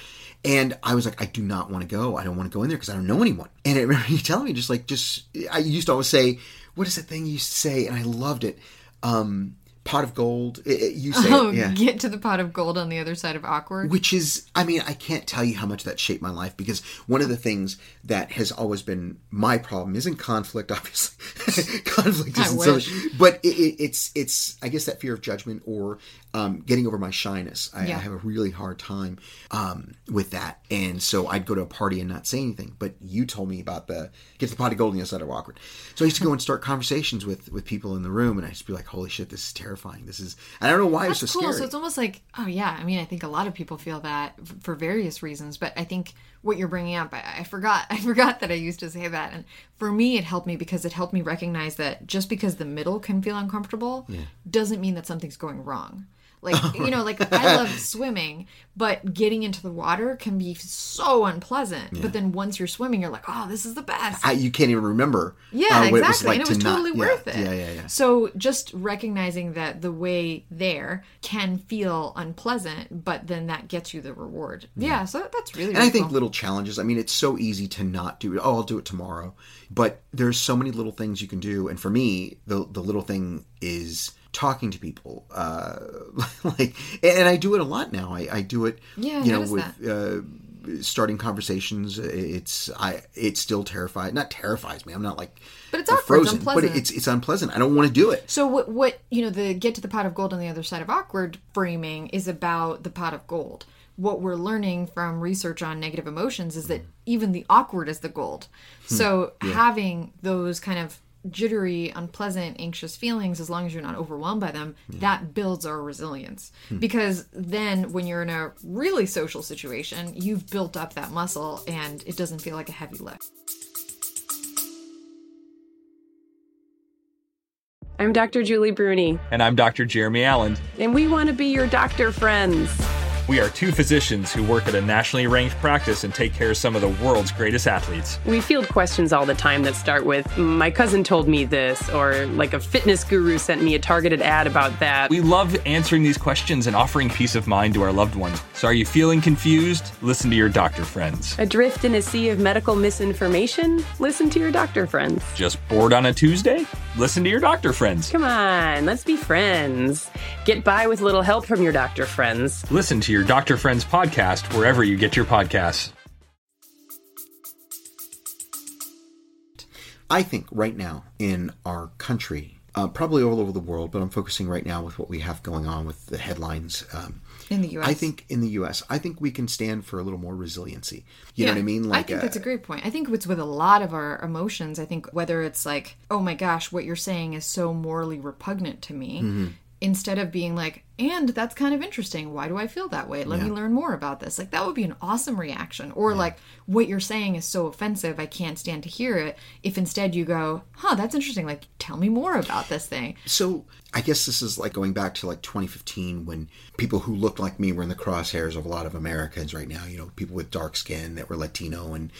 Speaker 2: And I was like, I do not want to go. I don't want to go in there because I don't know anyone. And I remember you telling me just like just I used to always say, what is that thing you used to say? And I loved it. Um, pot of gold. It- it- you say, it,
Speaker 1: Oh,
Speaker 2: yeah.
Speaker 1: get to the pot of gold on the other side of awkward.
Speaker 2: Which is, I mean, I can't tell you how much that shaped my life because one of the things that has always been my problem isn't conflict, obviously. conflict
Speaker 1: I
Speaker 2: isn't so,
Speaker 1: wish.
Speaker 2: but it, it, it's it's I guess that fear of judgment or um, getting over my shyness. I,
Speaker 1: Yeah.
Speaker 2: I have a really hard time um, with that, and so I'd go to a party and not say anything. But you told me about the get the pot of gold on the other side of awkward. So I used to go and start conversations with with people in the room, and I just be like, "Holy shit, this is terrifying. This is." I don't know why it's
Speaker 1: That's
Speaker 2: so
Speaker 1: cool.
Speaker 2: scary.
Speaker 1: So it's almost like, oh yeah. I mean, I think a lot of people feel that f- for various reasons, but I think what you're bringing up, I, I forgot, I forgot that I used to say that, and for me, it helped me because it helped me recognize that just because the middle can feel uncomfortable, doesn't mean that something's going wrong. Like you know, like I love swimming, but getting into the water can be so unpleasant. But then once you're swimming, you're like, oh, this is the best.
Speaker 2: I, you can't even remember.
Speaker 1: Yeah,
Speaker 2: uh,
Speaker 1: exactly.
Speaker 2: what it was like
Speaker 1: and it
Speaker 2: to
Speaker 1: was
Speaker 2: not-
Speaker 1: totally
Speaker 2: yeah,
Speaker 1: worth it.
Speaker 2: Yeah, yeah, yeah.
Speaker 1: So just recognizing that the way there can feel unpleasant, but then that gets you the reward. Yeah, so that's really, really
Speaker 2: And I think
Speaker 1: cool.
Speaker 2: little challenges. I mean, it's so easy to not do it. Oh, I'll do it tomorrow. But there's so many little things you can do. And for me, the the little thing is talking to people. Uh, like, and I do it a lot now. I, I do it.
Speaker 1: Yeah, I
Speaker 2: you know,
Speaker 1: noticed
Speaker 2: with Uh, starting conversations. It's I. It still terrifies. Not terrifies me. I'm not like.
Speaker 1: But it's awkward, it's
Speaker 2: but
Speaker 1: unpleasant.
Speaker 2: it's it's unpleasant. I don't want to do it.
Speaker 1: So what what you know the get to the pot of gold on the other side of awkward framing is about the pot of gold. What we're learning from research on negative emotions is that even the awkward is the gold. So having those kind of jittery, unpleasant, anxious feelings as long as you're not overwhelmed by them, that builds our resilience. Because then when you're in a really social situation, you've built up that muscle and it doesn't feel like a heavy lift.
Speaker 5: I'm Dr. Julie Bruni,
Speaker 6: And I'm Dr. Jeremy Allen.
Speaker 5: and we want to be your doctor friends.
Speaker 6: We are two physicians who work at a nationally ranked practice and take care of some of the world's greatest athletes.
Speaker 5: We field questions all the time that start with, My cousin told me this, or like a fitness guru sent me a targeted ad about that.
Speaker 6: We love answering these questions and offering peace of mind to our loved ones. So are you feeling confused? Listen to your doctor friends.
Speaker 5: Adrift in a sea of medical misinformation? Listen to your doctor friends.
Speaker 6: Just bored on a Tuesday? Listen to your doctor friends.
Speaker 5: Come on, let's be friends. Get by with little help from your doctor friends.
Speaker 6: Listen to your Doctor Friends podcast wherever you get your podcasts.
Speaker 2: I think right now in our country, uh, probably all over the world, but I'm focusing right now with what we have going on with the headlines. Um,
Speaker 1: in the U.S.
Speaker 2: I think in the U.S., I think we can stand for a little more resiliency. You know what I mean?
Speaker 1: I think
Speaker 2: uh,
Speaker 1: that's a great point. I think it's with a lot of our emotions. I think whether it's like, oh my gosh, what you're saying is so morally repugnant to me,
Speaker 2: Mm-hmm.
Speaker 1: instead of being like, and that's kind of interesting. Why do I feel that way? Let me learn more about this. Like, that would be an awesome reaction. Or like, what you're saying is so offensive, I can't stand to hear it. If instead you go, huh, that's interesting. Like, tell me more about this thing.
Speaker 2: So I guess this is like going back to like 2015 when people who looked like me were in the crosshairs of a lot of Americans right now. You know, people with dark skin that were Latino and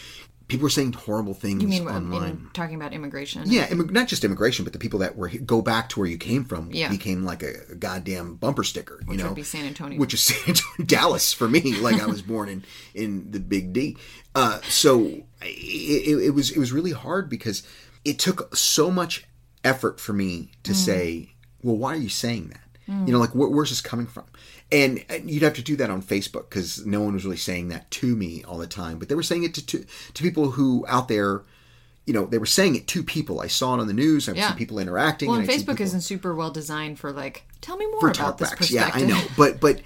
Speaker 2: people were saying horrible things
Speaker 1: I mean,
Speaker 2: online.
Speaker 1: in talking about immigration.
Speaker 2: yeah, immig- not just immigration, but the people that were go back to where you came from
Speaker 1: Yeah.
Speaker 2: became like a, a goddamn bumper sticker. you know,
Speaker 1: would be San Antonio.
Speaker 2: which is San Antonio, Dallas for me. Like I was born in in the Big D, uh, so I- it, it was it was really hard because it took so much effort for me to
Speaker 1: Mm.
Speaker 2: say, well, why are you saying that? You know, like where, where's this coming from? And and you'd have to do that on Facebook because no one was really saying that to me all the time, but they were saying it to to, to people who out there. You know, they were saying it to people. I saw it on the news. I've
Speaker 1: Yeah.
Speaker 2: seen people interacting.
Speaker 1: Well, and
Speaker 2: and I've seen
Speaker 1: Facebook
Speaker 2: people-
Speaker 1: isn't super well designed for like, tell me more
Speaker 2: for
Speaker 1: about this
Speaker 2: talkbacks.
Speaker 1: perspective.
Speaker 2: Yeah, I know, but but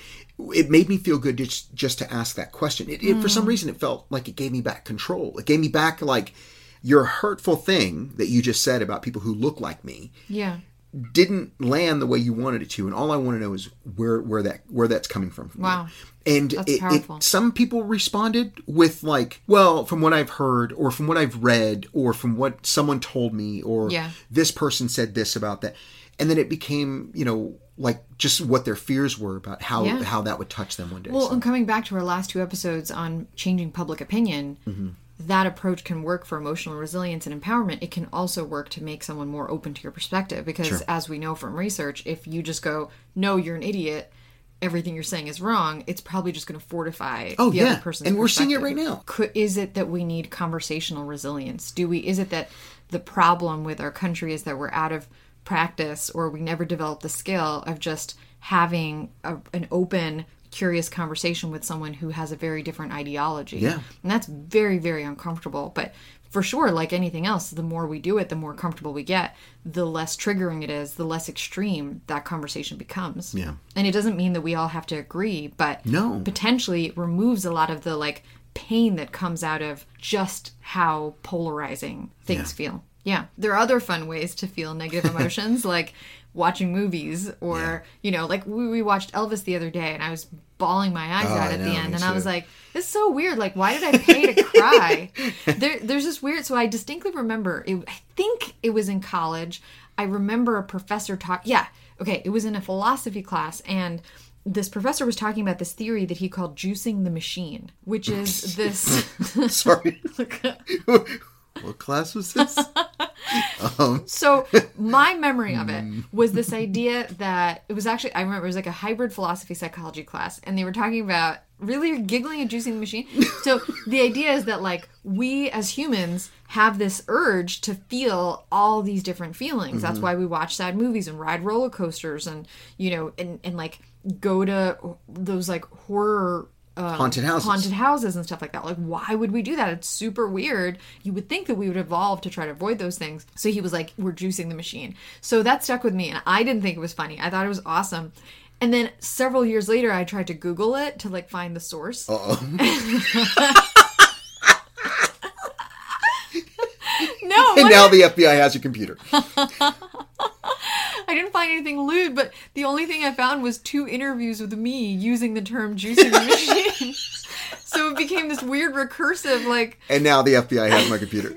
Speaker 2: it made me feel good just just to ask that question. It, it, For
Speaker 1: Hmm.
Speaker 2: some reason, it felt like it gave me back control. It gave me back like your hurtful thing that you just said about people who look like me
Speaker 1: yeah.
Speaker 2: didn't land the way you wanted it to, and all I want to know is where where that where that's coming from. from
Speaker 1: Wow.
Speaker 2: you. and
Speaker 1: That's
Speaker 2: it, it,
Speaker 1: powerful.
Speaker 2: some people responded with like, well, from what I've heard, or from what I've read, or from what someone told me, or
Speaker 1: Yeah.
Speaker 2: this person said this about that, and then it became you know like just what their fears were about how
Speaker 1: Yeah.
Speaker 2: how that would touch them one day.
Speaker 1: Well,
Speaker 2: So-
Speaker 1: and coming back to our last two episodes on changing public opinion,
Speaker 2: Mm-hmm.
Speaker 1: that approach can work for emotional resilience and empowerment. It can also work to make someone more open to your perspective because, as we know from research, if you just go, no, you're an idiot, everything you're saying is wrong, it's probably just going to fortify
Speaker 2: Oh,
Speaker 1: the
Speaker 2: yeah.
Speaker 1: other person's
Speaker 2: And we're seeing it
Speaker 1: perspective.
Speaker 2: right now.
Speaker 1: Could, is it that we need conversational resilience? Do we? Is it that the problem with our country is that we're out of practice or we never develop the skill of just having a, an open, curious conversation with someone who has a very different ideology?
Speaker 2: Yeah.
Speaker 1: and that's very, very uncomfortable. But for sure, like anything else, the more we do it, the more comfortable we get, the less triggering it is, the less extreme that conversation becomes.
Speaker 2: Yeah.
Speaker 1: And it doesn't mean that we all have to agree, but
Speaker 2: No.
Speaker 1: potentially it removes a lot of the like pain that comes out of just how polarizing things feel. Yeah. There are other fun ways to feel negative emotions like watching movies or you know like we, we watched Elvis the other day and I was bawling my eyes out
Speaker 2: I
Speaker 1: at the
Speaker 2: know,
Speaker 1: end
Speaker 2: me
Speaker 1: and I was
Speaker 2: too.
Speaker 1: like it's so weird like why did I pay to cry? there there's this weird so I distinctly remember it, I think it was in college I remember a professor talk yeah okay it was in a philosophy class and this professor was talking about this theory that he called juicing the machine, which is this.
Speaker 2: sorry. what class was this?
Speaker 1: so, my memory of it was this idea that it was actually, I remember it was like a hybrid philosophy psychology class, and they were talking about really you're giggling at juicing the machine. So, the idea is that, like, we as humans have this urge to feel all these different feelings. That's why we watch sad movies and ride roller coasters and, you know, and, and like go to those like horror
Speaker 2: haunted houses.
Speaker 1: haunted houses and stuff like that. Like, why would we do that? It's super weird. You would think that we would evolve to try to avoid those things. So he was like, we're juicing the machine. So that stuck with me, and I didn't think it was funny. I thought it was awesome. And then several years later, I tried to Google it to like find the source. no,
Speaker 2: and
Speaker 1: what?
Speaker 2: now the FBI has your computer.
Speaker 1: I didn't find anything lewd, but the only thing I found was two interviews with me using the term juicing the machine. so it became this weird recursive, like,
Speaker 2: And now the FBI has my computer.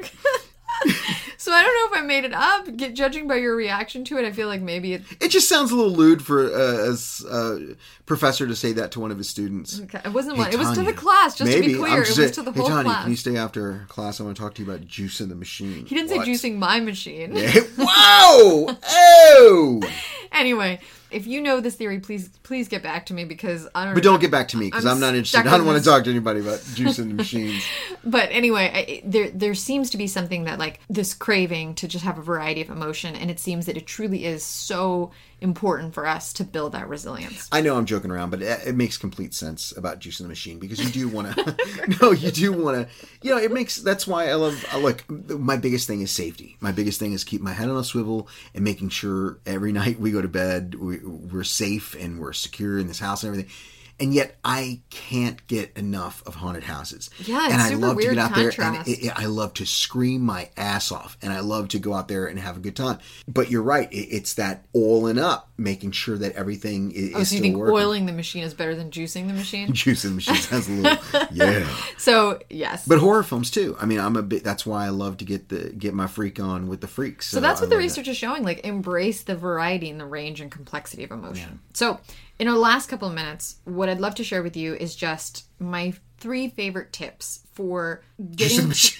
Speaker 1: So I don't know if I made it up. Get, judging by your reaction to it, I feel like maybe it.
Speaker 2: It just sounds a little lewd for uh, a s- uh, professor to say that to one of his students.
Speaker 1: It wasn't
Speaker 2: Hey,
Speaker 1: one. It was to the
Speaker 2: Tanya.
Speaker 1: class. Just to
Speaker 2: Maybe.
Speaker 1: be
Speaker 2: I'm
Speaker 1: clear, it
Speaker 2: just
Speaker 1: was
Speaker 2: saying,
Speaker 1: to the
Speaker 2: hey,
Speaker 1: whole
Speaker 2: Tanya,
Speaker 1: class.
Speaker 2: Can you stay after class? I want to talk to you about juicing the machine.
Speaker 1: he didn't say juicing my machine.
Speaker 2: Whoa! Oh!
Speaker 1: anyway, if you know this theory, please please get back to me because I don't.
Speaker 2: But don't get back to me because
Speaker 1: I'm
Speaker 2: I'm, not interested.
Speaker 1: stuck
Speaker 2: I don't
Speaker 1: in
Speaker 2: want to
Speaker 1: this.
Speaker 2: talk to anybody about juice in the machines.
Speaker 1: But anyway, I, it- there there seems to be something that like this craving to just have a variety of emotion, and it seems that it truly is so important for us to build that resilience.
Speaker 2: I know I'm joking around, but it, it makes complete sense about Juice in the Machine because you do want to. no, you do want to. You know, it makes. That's why I love. I look, my biggest thing is safety. My biggest thing is keep my head on a swivel and making sure every night we go to bed, we, we're safe and we're secure in this house and everything. And yet, I can't get enough of haunted houses.
Speaker 1: Yeah, it's
Speaker 2: and I
Speaker 1: super
Speaker 2: love to
Speaker 1: weird
Speaker 2: get out there, and
Speaker 1: contrast.
Speaker 2: it, it- I love to scream my ass off, and I love to go out there and have a good time. But you're right; it, it's that all in up, making sure that everything is,
Speaker 1: Oh,
Speaker 2: is
Speaker 1: so you
Speaker 2: still
Speaker 1: think
Speaker 2: working.
Speaker 1: oiling the machine is better than juicing the machine?
Speaker 2: Juice in the machine sounds a little yeah.
Speaker 1: So yes.
Speaker 2: But horror films too. I mean, I'm a bit. That's why I love to get the get my freak on with the freaks. Uh,
Speaker 1: So that's
Speaker 2: I
Speaker 1: what the
Speaker 2: love
Speaker 1: research is showing. Like, embrace the variety and the range and complexity of emotion. So, in our last couple of minutes, what I'd love to share with you is just my three favorite tips for getting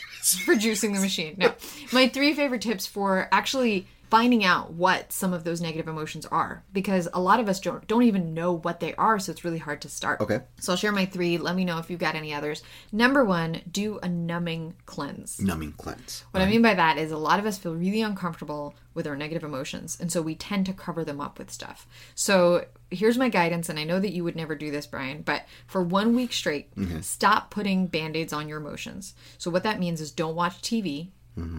Speaker 1: for juicing the machine. No, my three favorite tips for actually finding out what some of those negative emotions are because a lot of us don't don't even know what they are so it's really hard to start
Speaker 2: Okay.
Speaker 1: so i'll share my three let me know if you've got any others number one do a numbing cleanse
Speaker 2: that. numbing cleanse.
Speaker 1: what I mean by that is a lot of us feel really uncomfortable with our negative emotions, and so we tend to cover them up with stuff. So here's my guidance, and I know that you would never do this, Brian, but for one week straight, stop putting band aids on your emotions. So what that means is don't watch TV,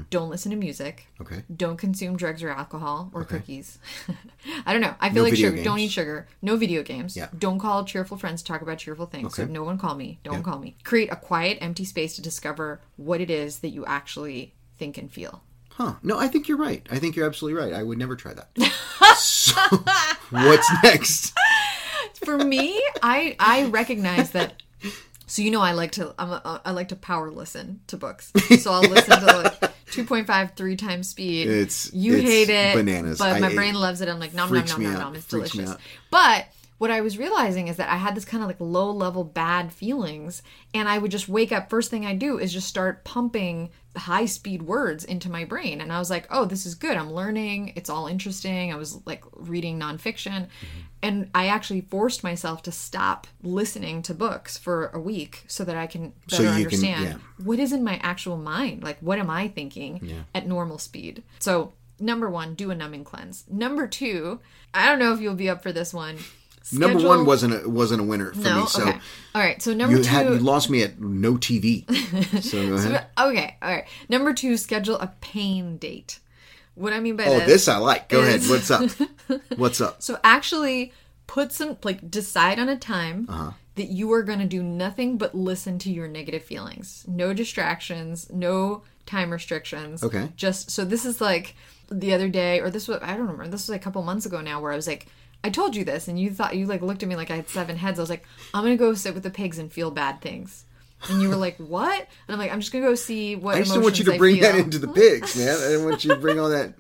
Speaker 1: don't listen to music,
Speaker 2: Okay.
Speaker 1: don't consume drugs or alcohol or cookies. I don't know. I feel like
Speaker 2: video
Speaker 1: sugar. Don't
Speaker 2: games.
Speaker 1: eat sugar. No video games.
Speaker 2: Yeah.
Speaker 1: Don't call cheerful friends. to Talk about cheerful things. So
Speaker 2: Okay.
Speaker 1: no one call me. Don't call me. Create a quiet, empty space to discover what it is that you actually think and feel.
Speaker 2: Huh? No, I think you're right. I think you're absolutely right. I would never try that. so, what's next?
Speaker 1: For me, I I recognize that. So you know I like to I'm a, I like to power listen to books. So I'll listen to like 2.5 three times speed.
Speaker 2: It's-
Speaker 1: you
Speaker 2: it's
Speaker 1: hate it,
Speaker 2: bananas.
Speaker 1: But
Speaker 2: I-
Speaker 1: my
Speaker 2: it
Speaker 1: brain loves it. I'm like nom nom
Speaker 2: freaks
Speaker 1: nom
Speaker 2: me
Speaker 1: nom
Speaker 2: out.
Speaker 1: nom. It's
Speaker 2: Freaks me
Speaker 1: delicious.
Speaker 2: out.
Speaker 1: But what I was realizing is that I had this kind of like low level bad feelings, and I would just wake up. First thing I do is just start pumping high speed words into my brain. And I was like, oh, this is good. I'm learning. It's all interesting. I was like reading nonfiction.
Speaker 2: Mm-hmm.
Speaker 1: And I actually forced myself to stop listening to books for a week so that I can better
Speaker 2: you can-
Speaker 1: understand
Speaker 2: yeah.
Speaker 1: what is in my actual mind? Like, what am I thinking at normal speed? So, number one, do a numbing cleanse. Number two, I don't know if you'll be up for this one.
Speaker 2: Number
Speaker 1: Schedule-
Speaker 2: one wasn't a, wasn't a winner for
Speaker 1: no.
Speaker 2: me. So
Speaker 1: okay. All right. So number
Speaker 2: you
Speaker 1: two.
Speaker 2: had you lost me at no TV. So go ahead.
Speaker 1: okay. All right. Number two, schedule a pain date. What I mean by
Speaker 2: Oh,
Speaker 1: this,
Speaker 2: this I like. Go ahead.
Speaker 1: is-
Speaker 2: What's up? What's up?
Speaker 1: So actually, put some like decide on a time
Speaker 2: Uh-huh.
Speaker 1: that you are going to do nothing but listen to your negative feelings. No distractions. No time restrictions.
Speaker 2: Okay.
Speaker 1: Just so this is like the other day, or this was I don't remember. This was a couple months ago now, where I was like. I told you this, and you thought you like looked at me like I had seven heads. I was like, I'm gonna go sit with the pigs and feel bad things, and you were like, "What?" And I'm like, "I'm just gonna go see what."
Speaker 2: I just didn't want you to bring that into the pigs, man. I didn't want you to bring all that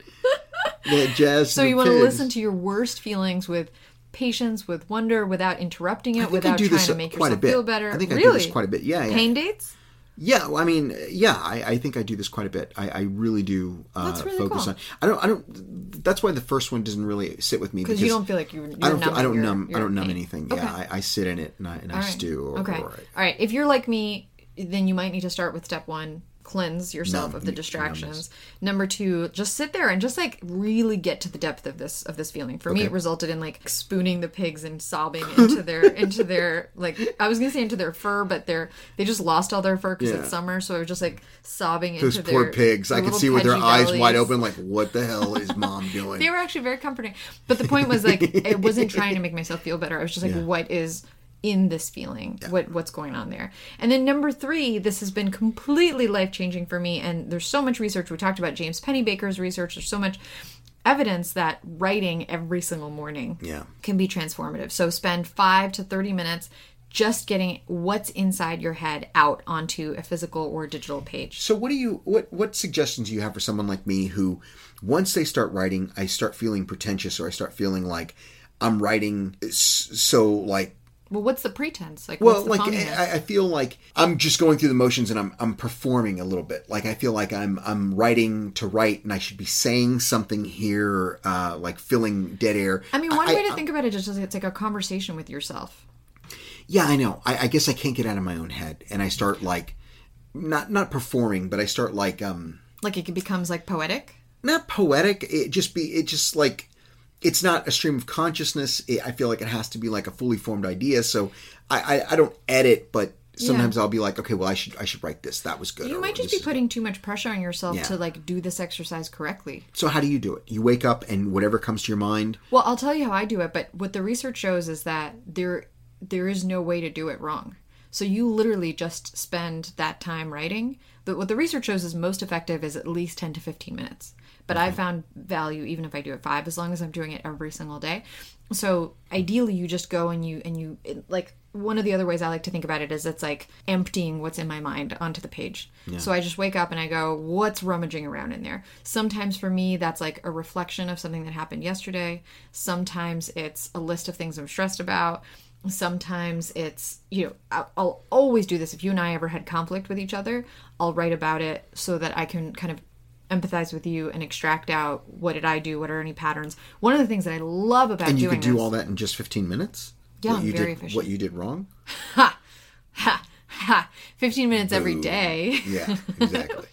Speaker 2: that jazz.
Speaker 1: So you want to listen to your worst feelings with patience, with wonder, without interrupting it,
Speaker 2: I
Speaker 1: without
Speaker 2: do
Speaker 1: trying
Speaker 2: this
Speaker 1: to make
Speaker 2: quite a
Speaker 1: yourself
Speaker 2: bit.
Speaker 1: feel better.
Speaker 2: I think I
Speaker 1: really?
Speaker 2: do this quite a bit. Yeah, yeah.
Speaker 1: Pain dates?
Speaker 2: Yeah, well, I mean, yeah, I, I think I do this quite a bit. I, I really do uh,
Speaker 1: That's really
Speaker 2: focus
Speaker 1: cool.
Speaker 2: on. I don't. I don't. That's why the first one doesn't really sit with me
Speaker 1: Because you don't feel like you're, you're
Speaker 2: I don't. feel- I
Speaker 1: numbing
Speaker 2: don't
Speaker 1: your-
Speaker 2: numb. I
Speaker 1: your
Speaker 2: don't numb
Speaker 1: pain.
Speaker 2: anything.
Speaker 1: Okay.
Speaker 2: Yeah, I, I sit in it and I, and I
Speaker 1: All right.
Speaker 2: stew. Or,
Speaker 1: okay.
Speaker 2: or-
Speaker 1: All right. If you're like me, then you might need to start with step one cleanse yourself
Speaker 2: Numb-
Speaker 1: of the
Speaker 2: numbness.
Speaker 1: distractions number two just sit there and just like really get to the depth of this of this feeling for me it resulted in like spooning the pigs and sobbing into their into their like i was gonna say into their fur but they're they just lost all their fur because
Speaker 2: Yeah.
Speaker 1: it's summer so i was just like sobbing
Speaker 2: Those
Speaker 1: into
Speaker 2: poor
Speaker 1: their,
Speaker 2: pigs.
Speaker 1: their
Speaker 2: I could
Speaker 1: little
Speaker 2: see with their
Speaker 1: pudgy
Speaker 2: eyes wide
Speaker 1: bellies
Speaker 2: open, like, what the hell is mom doing?
Speaker 1: they were actually very comforting. But the point was like it wasn't trying to make myself feel better. I was just like, what is in this feeling? What what's going on there? And then number three, this has been completely life changing for me. And there's so much research. We talked about James Pennybaker's research. There's so much evidence that writing every single morning
Speaker 2: Yeah.
Speaker 1: can be transformative. So spend five to 30 minutes just getting what's inside your head out onto a physical or digital page.
Speaker 2: So what do you what what suggestions do you have for someone like me who once they start writing I start feeling pretentious or I start feeling like I'm writing s- so like
Speaker 1: Well, what's the pretense? Like, what's
Speaker 2: Well,
Speaker 1: the
Speaker 2: like eh,
Speaker 1: phoniness?
Speaker 2: I, I feel like I'm just going through the motions and I'm I'm performing a little bit. Like I feel like I'm I'm writing to write and I should be saying something here, uh, like filling dead air.
Speaker 1: I mean, one way to think about it is just it's like a conversation with yourself.
Speaker 2: yeah, I know. I, I guess I can't get out of my own head, and I start like not not performing, but I start like um
Speaker 1: Like it becomes like poetic.
Speaker 2: not poetic. It just be it just like it's not a stream of consciousness. It, I feel like it has to be like a fully formed idea. So I I, I don't edit, but. Sometimes I'll be like, okay, well, I should I should write this. That was good.
Speaker 1: You
Speaker 2: or
Speaker 1: might
Speaker 2: this
Speaker 1: just be
Speaker 2: is-
Speaker 1: putting too much pressure on yourself
Speaker 2: Yeah.
Speaker 1: to like do this exercise correctly.
Speaker 2: So how do you do it? You wake up and whatever comes to your mind.
Speaker 1: Well, I'll tell you how I do it, but what the research shows is that there there is no way to do it wrong. So you literally just spend that time writing. But what the research shows is most effective is at least 10 to 15 minutes. But I found value even if I do it 5 as long as I'm doing it every single day. So ideally you just go and you and you it- like one of the other ways I like to think about it is it's like emptying what's in my mind onto the page. So I just wake up and I go, what's rummaging around in there? Sometimes for me, that's like a reflection of something that happened yesterday. Sometimes it's a list of things I'm stressed about. Sometimes it's, you know, I- I'll always do this. If you and I ever had conflict with each other, I'll write about it so that I can kind of empathize with you and extract out what did I do? What are any patterns? One of the things that I love about
Speaker 2: And you
Speaker 1: doing
Speaker 2: could do
Speaker 1: this-
Speaker 2: all that in just 15 minutes?
Speaker 1: Yeah,
Speaker 2: what
Speaker 1: I'm
Speaker 2: you
Speaker 1: very
Speaker 2: did,
Speaker 1: efficient.
Speaker 2: What you did wrong?
Speaker 1: Ha, ha, 15 minutes every day.
Speaker 2: Yeah, exactly.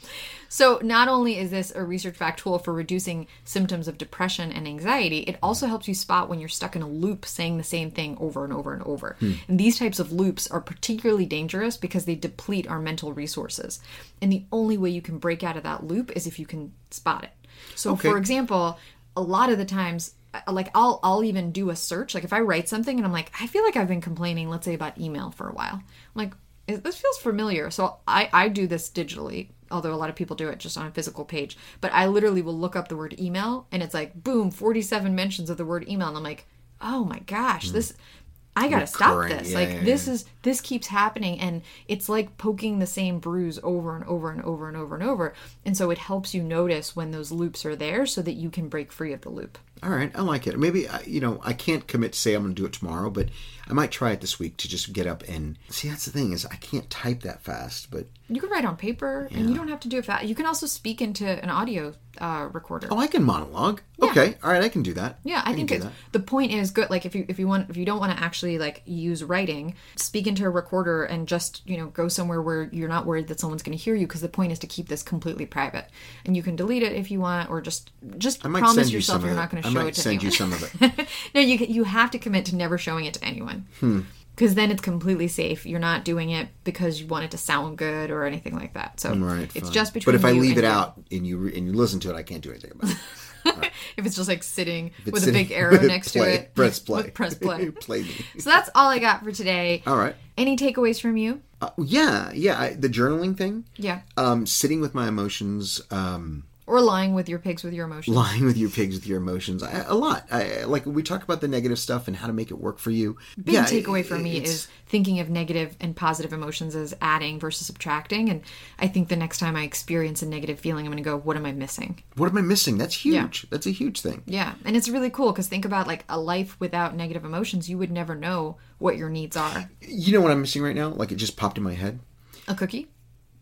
Speaker 1: So, not only is this a research backed tool for reducing symptoms of depression and anxiety, it also helps you spot when you're stuck in a loop saying the same thing over and over and over. And these types of loops are particularly dangerous because they deplete our mental resources. And the only way you can break out of that loop is if you can spot it. So, for example, a lot of the times, uh, like I'll I'll even do a search. Like if I write something and I'm like, I feel like I've been complaining, let's say about email for a while. I'm like, "Is- this feels familiar. So I I do this digitally, although a lot of people do it just on a physical page. But I literally will look up the word email and it's like boom, 47 mentions of the word email, and I'm like, oh my gosh, this. I gotta stop
Speaker 2: Recurrent.
Speaker 1: this.
Speaker 2: Hmm. Yeah,
Speaker 1: like
Speaker 2: yeah,
Speaker 1: this is this keeps happening, and it's like poking the same bruise over and over and over and over and over. And so it helps you notice when those loops are there, so that you can break free of the loop.
Speaker 2: all right, I like it. Maybe I- you know I can't commit to say I'm going to do it tomorrow, but I might try it this week to just get up and see. That's the thing is I can't type that fast, but
Speaker 1: You can write on paper, and you don't have to do it fast. You can also speak into an audio uh, recorder.
Speaker 2: oh, I can monologue. Okay, all right, I can do that.
Speaker 1: Yeah, I, think
Speaker 2: do
Speaker 1: it's,
Speaker 2: that.
Speaker 1: the point is good. Like if you if you want if you don't want to actually like use writing, speak into a recorder and just you know go somewhere where you're not worried that someone's going to hear you because the point is to keep this completely private, and you can delete it if you want or just just
Speaker 2: I might
Speaker 1: promise
Speaker 2: send you
Speaker 1: yourself
Speaker 2: some
Speaker 1: you're not
Speaker 2: of
Speaker 1: going
Speaker 2: it.
Speaker 1: to
Speaker 2: I
Speaker 1: show
Speaker 2: might
Speaker 1: it to
Speaker 2: send you
Speaker 1: anyone.
Speaker 2: some of it. Hmm.
Speaker 1: no, you you have to commit to never showing it to anyone. Because then it's completely safe. You're not doing it because you want it to sound good or anything like that. So
Speaker 2: Right,
Speaker 1: it's
Speaker 2: fine.
Speaker 1: just between.
Speaker 2: But if I
Speaker 1: you
Speaker 2: leave
Speaker 1: and
Speaker 2: it
Speaker 1: you.
Speaker 2: out and you re- and you listen to it, I can't do anything about it.
Speaker 1: if it's just like sitting
Speaker 2: It's
Speaker 1: with a
Speaker 2: sitting-
Speaker 1: big arrow next
Speaker 2: play,
Speaker 1: to it,
Speaker 2: press play,
Speaker 1: press play.
Speaker 2: play me.
Speaker 1: So that's all I got for today.
Speaker 2: All right.
Speaker 1: Any takeaways from you?
Speaker 2: Uh, yeah, yeah. I, the journaling thing.
Speaker 1: Yeah.
Speaker 2: Um, sitting with my emotions, um,
Speaker 1: Or lying with your pigs with your emotions.
Speaker 2: lying with your pigs with your emotions, I, a lot. I, like we talk about the negative stuff and how to make it work for you.
Speaker 1: Big
Speaker 2: yeah,
Speaker 1: takeaway
Speaker 2: it-
Speaker 1: for me
Speaker 2: it's-
Speaker 1: is thinking of negative and positive emotions as adding versus subtracting. And I think the next time I experience a negative feeling, I'm going to go, what am I missing?
Speaker 2: what am I missing? That's huge. That's a huge thing.
Speaker 1: Yeah. And it's really cool because think about like a life without negative emotions, you would never know what your needs are.
Speaker 2: You know what I'm missing right now? Like it just popped in my head.
Speaker 1: A cookie?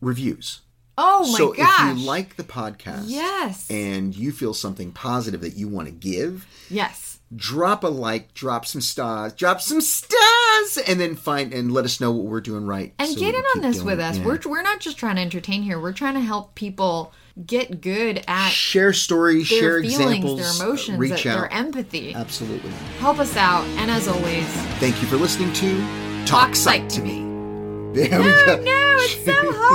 Speaker 2: Reviews.
Speaker 1: Oh my
Speaker 2: so
Speaker 1: gosh.
Speaker 2: if you like the podcast,
Speaker 1: Yes.
Speaker 2: and you feel something positive that you want to give,
Speaker 1: yes.
Speaker 2: drop a like, drop some stars, drop some stars, and then find and let us know what we're doing right.
Speaker 1: and
Speaker 2: so
Speaker 1: get
Speaker 2: we
Speaker 1: in
Speaker 2: can
Speaker 1: on
Speaker 2: keep
Speaker 1: this with
Speaker 2: doing it.
Speaker 1: us.
Speaker 2: Yeah.
Speaker 1: We're we're not just trying to entertain here. We're trying to help people get good at
Speaker 2: share stories,
Speaker 1: their
Speaker 2: share
Speaker 1: feelings,
Speaker 2: examples,
Speaker 1: their
Speaker 2: uh,
Speaker 1: emotions,
Speaker 2: reach
Speaker 1: their-
Speaker 2: out. Uh,
Speaker 1: their empathy.
Speaker 2: Absolutely.
Speaker 1: Help us out, and as always,
Speaker 2: Thank you for listening to
Speaker 1: Talk
Speaker 2: Psych
Speaker 1: Psych to Me.
Speaker 2: There we
Speaker 1: no,
Speaker 2: go.
Speaker 1: no, it's so